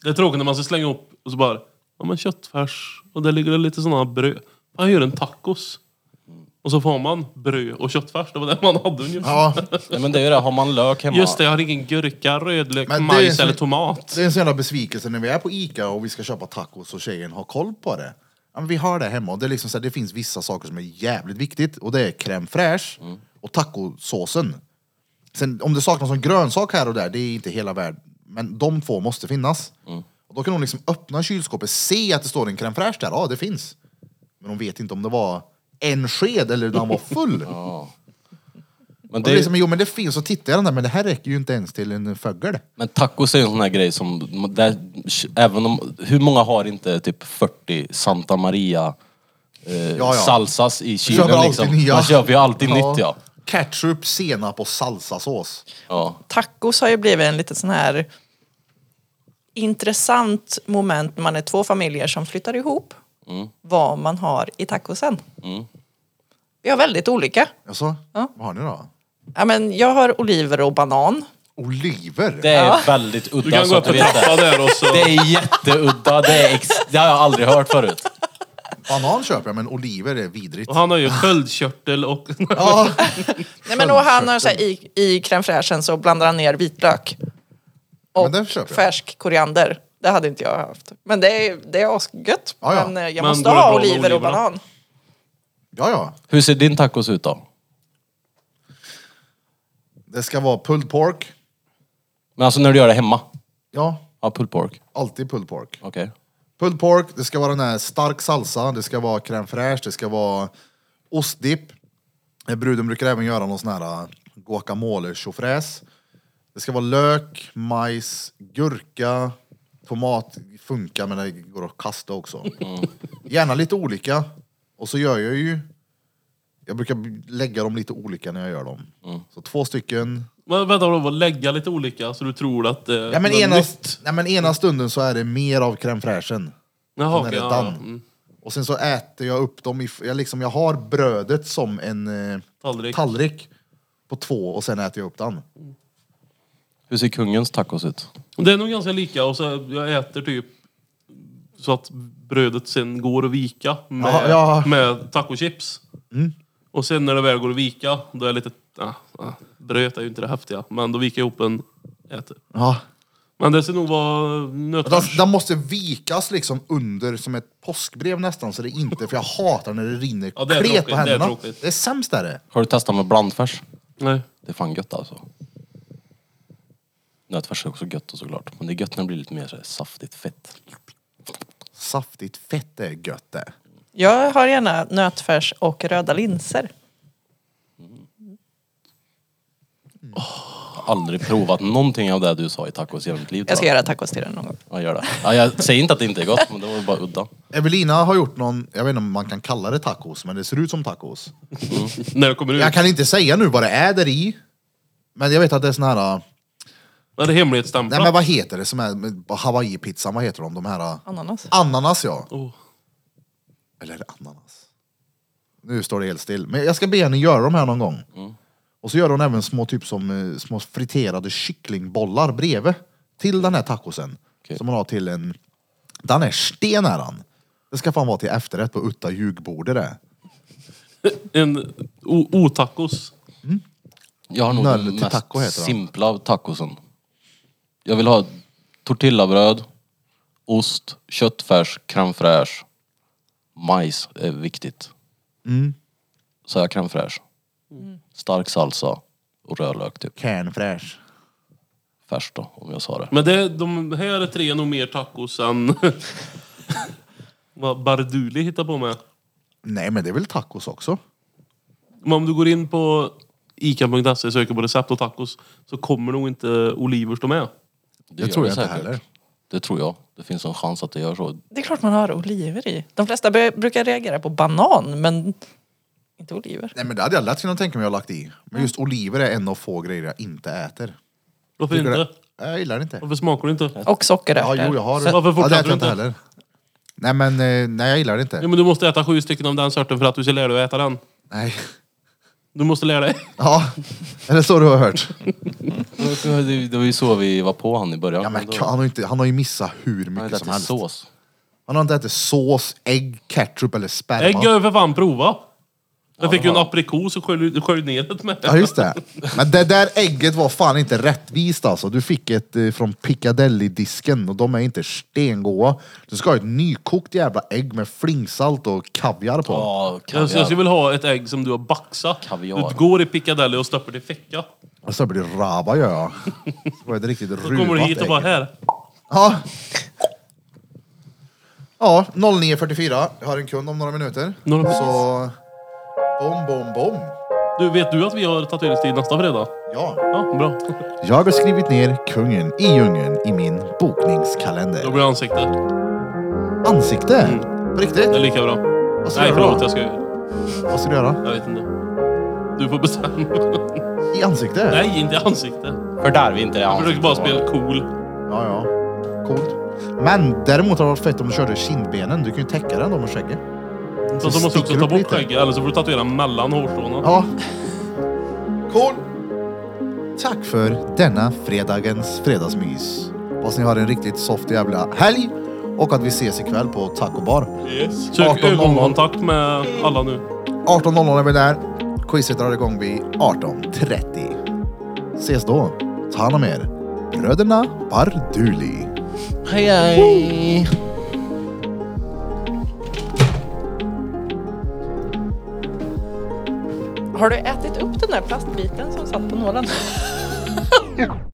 Det är tråkigt när man ska slänga upp och så bara, ja men köttfärs och där ligger det lite sådana bröd. Jag gör en tacos. Och så får man bröd och köttfärs, det var det man hade ungefär. Ja, Nej, men det är ju det, har man lök hemma. Just det, jag har ingen gurka, rödlök, Men det är majs så- eller tomat. det är en sån jävla besvikelse när vi är på Ica och vi ska köpa tacos och tjejen har koll på det. Ja, men vi har det hemma och det, är liksom så här, det finns vissa saker som är jävligt viktigt och det är crème fraîche och tacosåsen. Sen om det saknas någon grönsak här och där, det är inte hela världen. Men de två måste finnas. Och då kan hon liksom öppna kylskåpet, se att det står en crème fraîche där, ja det finns. Men hon vet inte om det var en sked eller om den var full. Men, Och det det, är är- liksom, jo men det finns, och tittar jag den där, men det här räcker ju inte ens till en fögel. men tacos är ju en sån här grej som, där, även om, hur många har inte typ 40 Santa Maria eh, ja. salsas i kylen Köper alltid liksom. nya. Man köper ju alltid nytt ja. Ketchup, senap och salsasås. ja. Tacos har ju blivit en liten sån här intressant moment när man är två familjer som flyttar ihop. Mm. Vad man har i tacosen. Vi har väldigt olika. Jaså? Ja. Vad har ni då? Ja, men jag har oliver och banan. Oliver? Det är väldigt Du udda kan så gå att upp du och vet det. tappa där och så. Det är jätteudda, det, är ex- det har jag aldrig hört förut. Banan köper jag, men oliver är vidrigt. Och han har ju sköldkörtel och... (laughs) Ja. (laughs) Nej, men och han har så här, i, i crème fraîchen så blandar han ner vitlök. Men Och den köper jag. färsk koriander. Det hade inte jag haft. Men det är, det är asgött. Ja, ja. Men eh, jag Men måste går det ha bra med oliver och oliverna? banan. ja, ja. Hur ser din tacos ut då? Det ska vara pulled pork. Men alltså när du gör det hemma? Ja, Ja, pulled pork. alltid pulled pork. Okej. Pulled pork, det ska vara den här stark salsa, det ska vara crème fraîche, det ska vara ostdipp. Eh, Bruden brukar även göra någon sån här eh, guacamole chauffräs. Det ska vara lök, majs, gurka, tomat funkar men det går att kasta också. Gärna lite olika. Och så gör jag ju, jag brukar lägga dem lite olika när jag gör dem. Så två stycken. Men vänta, vadå, vad, lägga lite olika så du tror att eh, det Ja, men var ena, nytt? nej, men ena stunden så är det mer av crème fraîchen. Jaha, när okej, det är ja, done. ja. Mm. Och sen så äter jag upp dem, i, jag, liksom, jag har brödet som en eh, Tallrik. tallrik på två och sen äter jag upp den. Hur ser kungens tacos ut? Det är nog ganska lika och så jag äter typ så att brödet sen går att vika med, Ja, ja. Mm. med tacochips. Och sen när det väl går att vika, då är jag lite... Ah, ah, bröd är ju inte det häftiga, men då viker jag ihop en äter. Ja. Men det ska nog vara De, nötfärs. de måste vikas liksom under som ett påskbrev nästan så det inte, för jag hatar när det rinner Ja, det är klet på tråkigt, det är händerna. Det är, tråkigt. sämst är det. Har du testat med blandfärs? Nej. Det är fan gött alltså. Nötfärs är också gött och såklart. Men det är gött när det blir lite mer så här, saftigt fett. Saftigt fett är gött det. Jag har gärna nötfärs och röda linser. Jag har aldrig provat någonting av det du sa i tacos i hela mitt liv. Jag ska tror göra tacos till den någon gång. Ja, gör det. Ja, jag säger inte att det inte är gott, men det var bara udda. Evelina har gjort någon, jag vet inte om man kan kalla det tacos, men det ser ut som tacos. När det kommer ut. Jag kan inte säga nu vad det är där i. Men jag vet att det är sån här, Är det hemlighetsstämplat? nej men vad heter det som är, med hawaii-pizzan, vad heter de? De här, äh, Ananas. ananas ja. Oh. Eller är det ananas? Nu står det helt still. Men jag ska be henne göra de här någon gång. Och så gör hon även små typ som eh, små friterade kycklingbollar bredvid. Till den här tacosen. Okej. Som hon har till en... Den är sten är han. Det ska fan vara till efterrätt på Utta ljugbordet det. (laughs) En o- otacos. Jag har nog Nöll den till taco heter mest den. simpla av tacosen. Jag vill ha tortillabröd, ost, köttfärs, crème fraîche. Majs är viktigt. Mm. Så jag har crème fraîche. Stark salsa och rödlök typ. Kärnfräsch. Färs då, om jag sa det. Men det, de här tre är nog mer tacos än (laughs) vad Barduli hittar på med. Nej men det är väl tacos också? Men om du går in på ica.se och söker på recept och tacos så kommer nog inte Olivers de med. Det tror gör jag det inte säkert. heller. Det tror jag. Det finns en chans att det gör så. Det är klart man har oliver i. De flesta be- brukar reagera på banan, men inte oliver. Nej men det hade jag lätt kunnat tänka mig att ha lagt i. Men just oliver är en av få grejer jag inte äter. Varför inte? det? Jag gillar det inte. Varför smakar du inte? Och sockerärtor. Ja, jo, jag har Varför ja, det fortsätter äter du jag inte inte? heller. Nej, men eh, nej, jag gillar det inte. Ja, men du måste äta sju stycken av den sorten för att du ska lära dig att äta den. Nej. Du måste lära dig. Ja, är det så du har (laughs) hört? Det, det var ju så vi var på han i början. Ja, men Då- han, har ju inte, han har ju missat hur Han mycket hade som ätit helst. sås. Han har inte ätit sås, ägg, ketchup eller Ägg har sperma. jag för fan provat. Jag fick ju en har- aprikos och skölj, skölj ner det med. Ja, just det. Men det där ägget var fan inte rättvist alltså. Du fick ett eh, från Piccadilly-disken och de är inte stengoda. Du ska ha ett nykokt jävla ägg med flingsalt och kaviar på. Ja, Jag skulle jag skulle kaviar. vilja ha ett ägg som du har baxat. Kaviar. Du går i Piccadilly och stoppar det i fickan. Och så blir det rava gör (laughs) jag. Det var ett riktigt ruvat Så kommer du hit och ägg. bara här. Ja. Ja, 09.44. Jag har en kund om några minuter. Några minuter. Så... Bom, bom, bom. Du, vet du att vi har tatueringstid nästa fredag? Ja. Ja, bra. Jag har skrivit ner kungen i djungeln i min Då bokningskalender. blir det ansikte. Ansikte? På riktigt? Det är lika bra. Vad ska du göra Mm. Nej, förlåt. då? Jag ska Jag Vad ska du göra? vet inte. Du får bestämma. I ansikte? Nej, inte i ansikte. För där vi inte är Jag försökte bara spela cool. Ja, ja. Coolt. Men däremot har det varit fett om du körde kindbenen. Du kan ju täcka den då med skägget. Så du måste också sticker ta upp bort lite. skägget, eller så får du tatuera mellan hårstråna. Ja. Cool. Tack för denna fredagens fredagsmys. Hoppas ni har en riktigt soft jävla helg och att vi ses ikväll på Taco Bar. Yes. 18.00. Sök ögonkontakt med alla nu. 18.00 är vi där. Quizet drar igång vid 18.30. Ses då. Ta hand om er. Bröderna Barduli. Hej, hej. Har du ätit upp den där plastbiten som satt på nålen?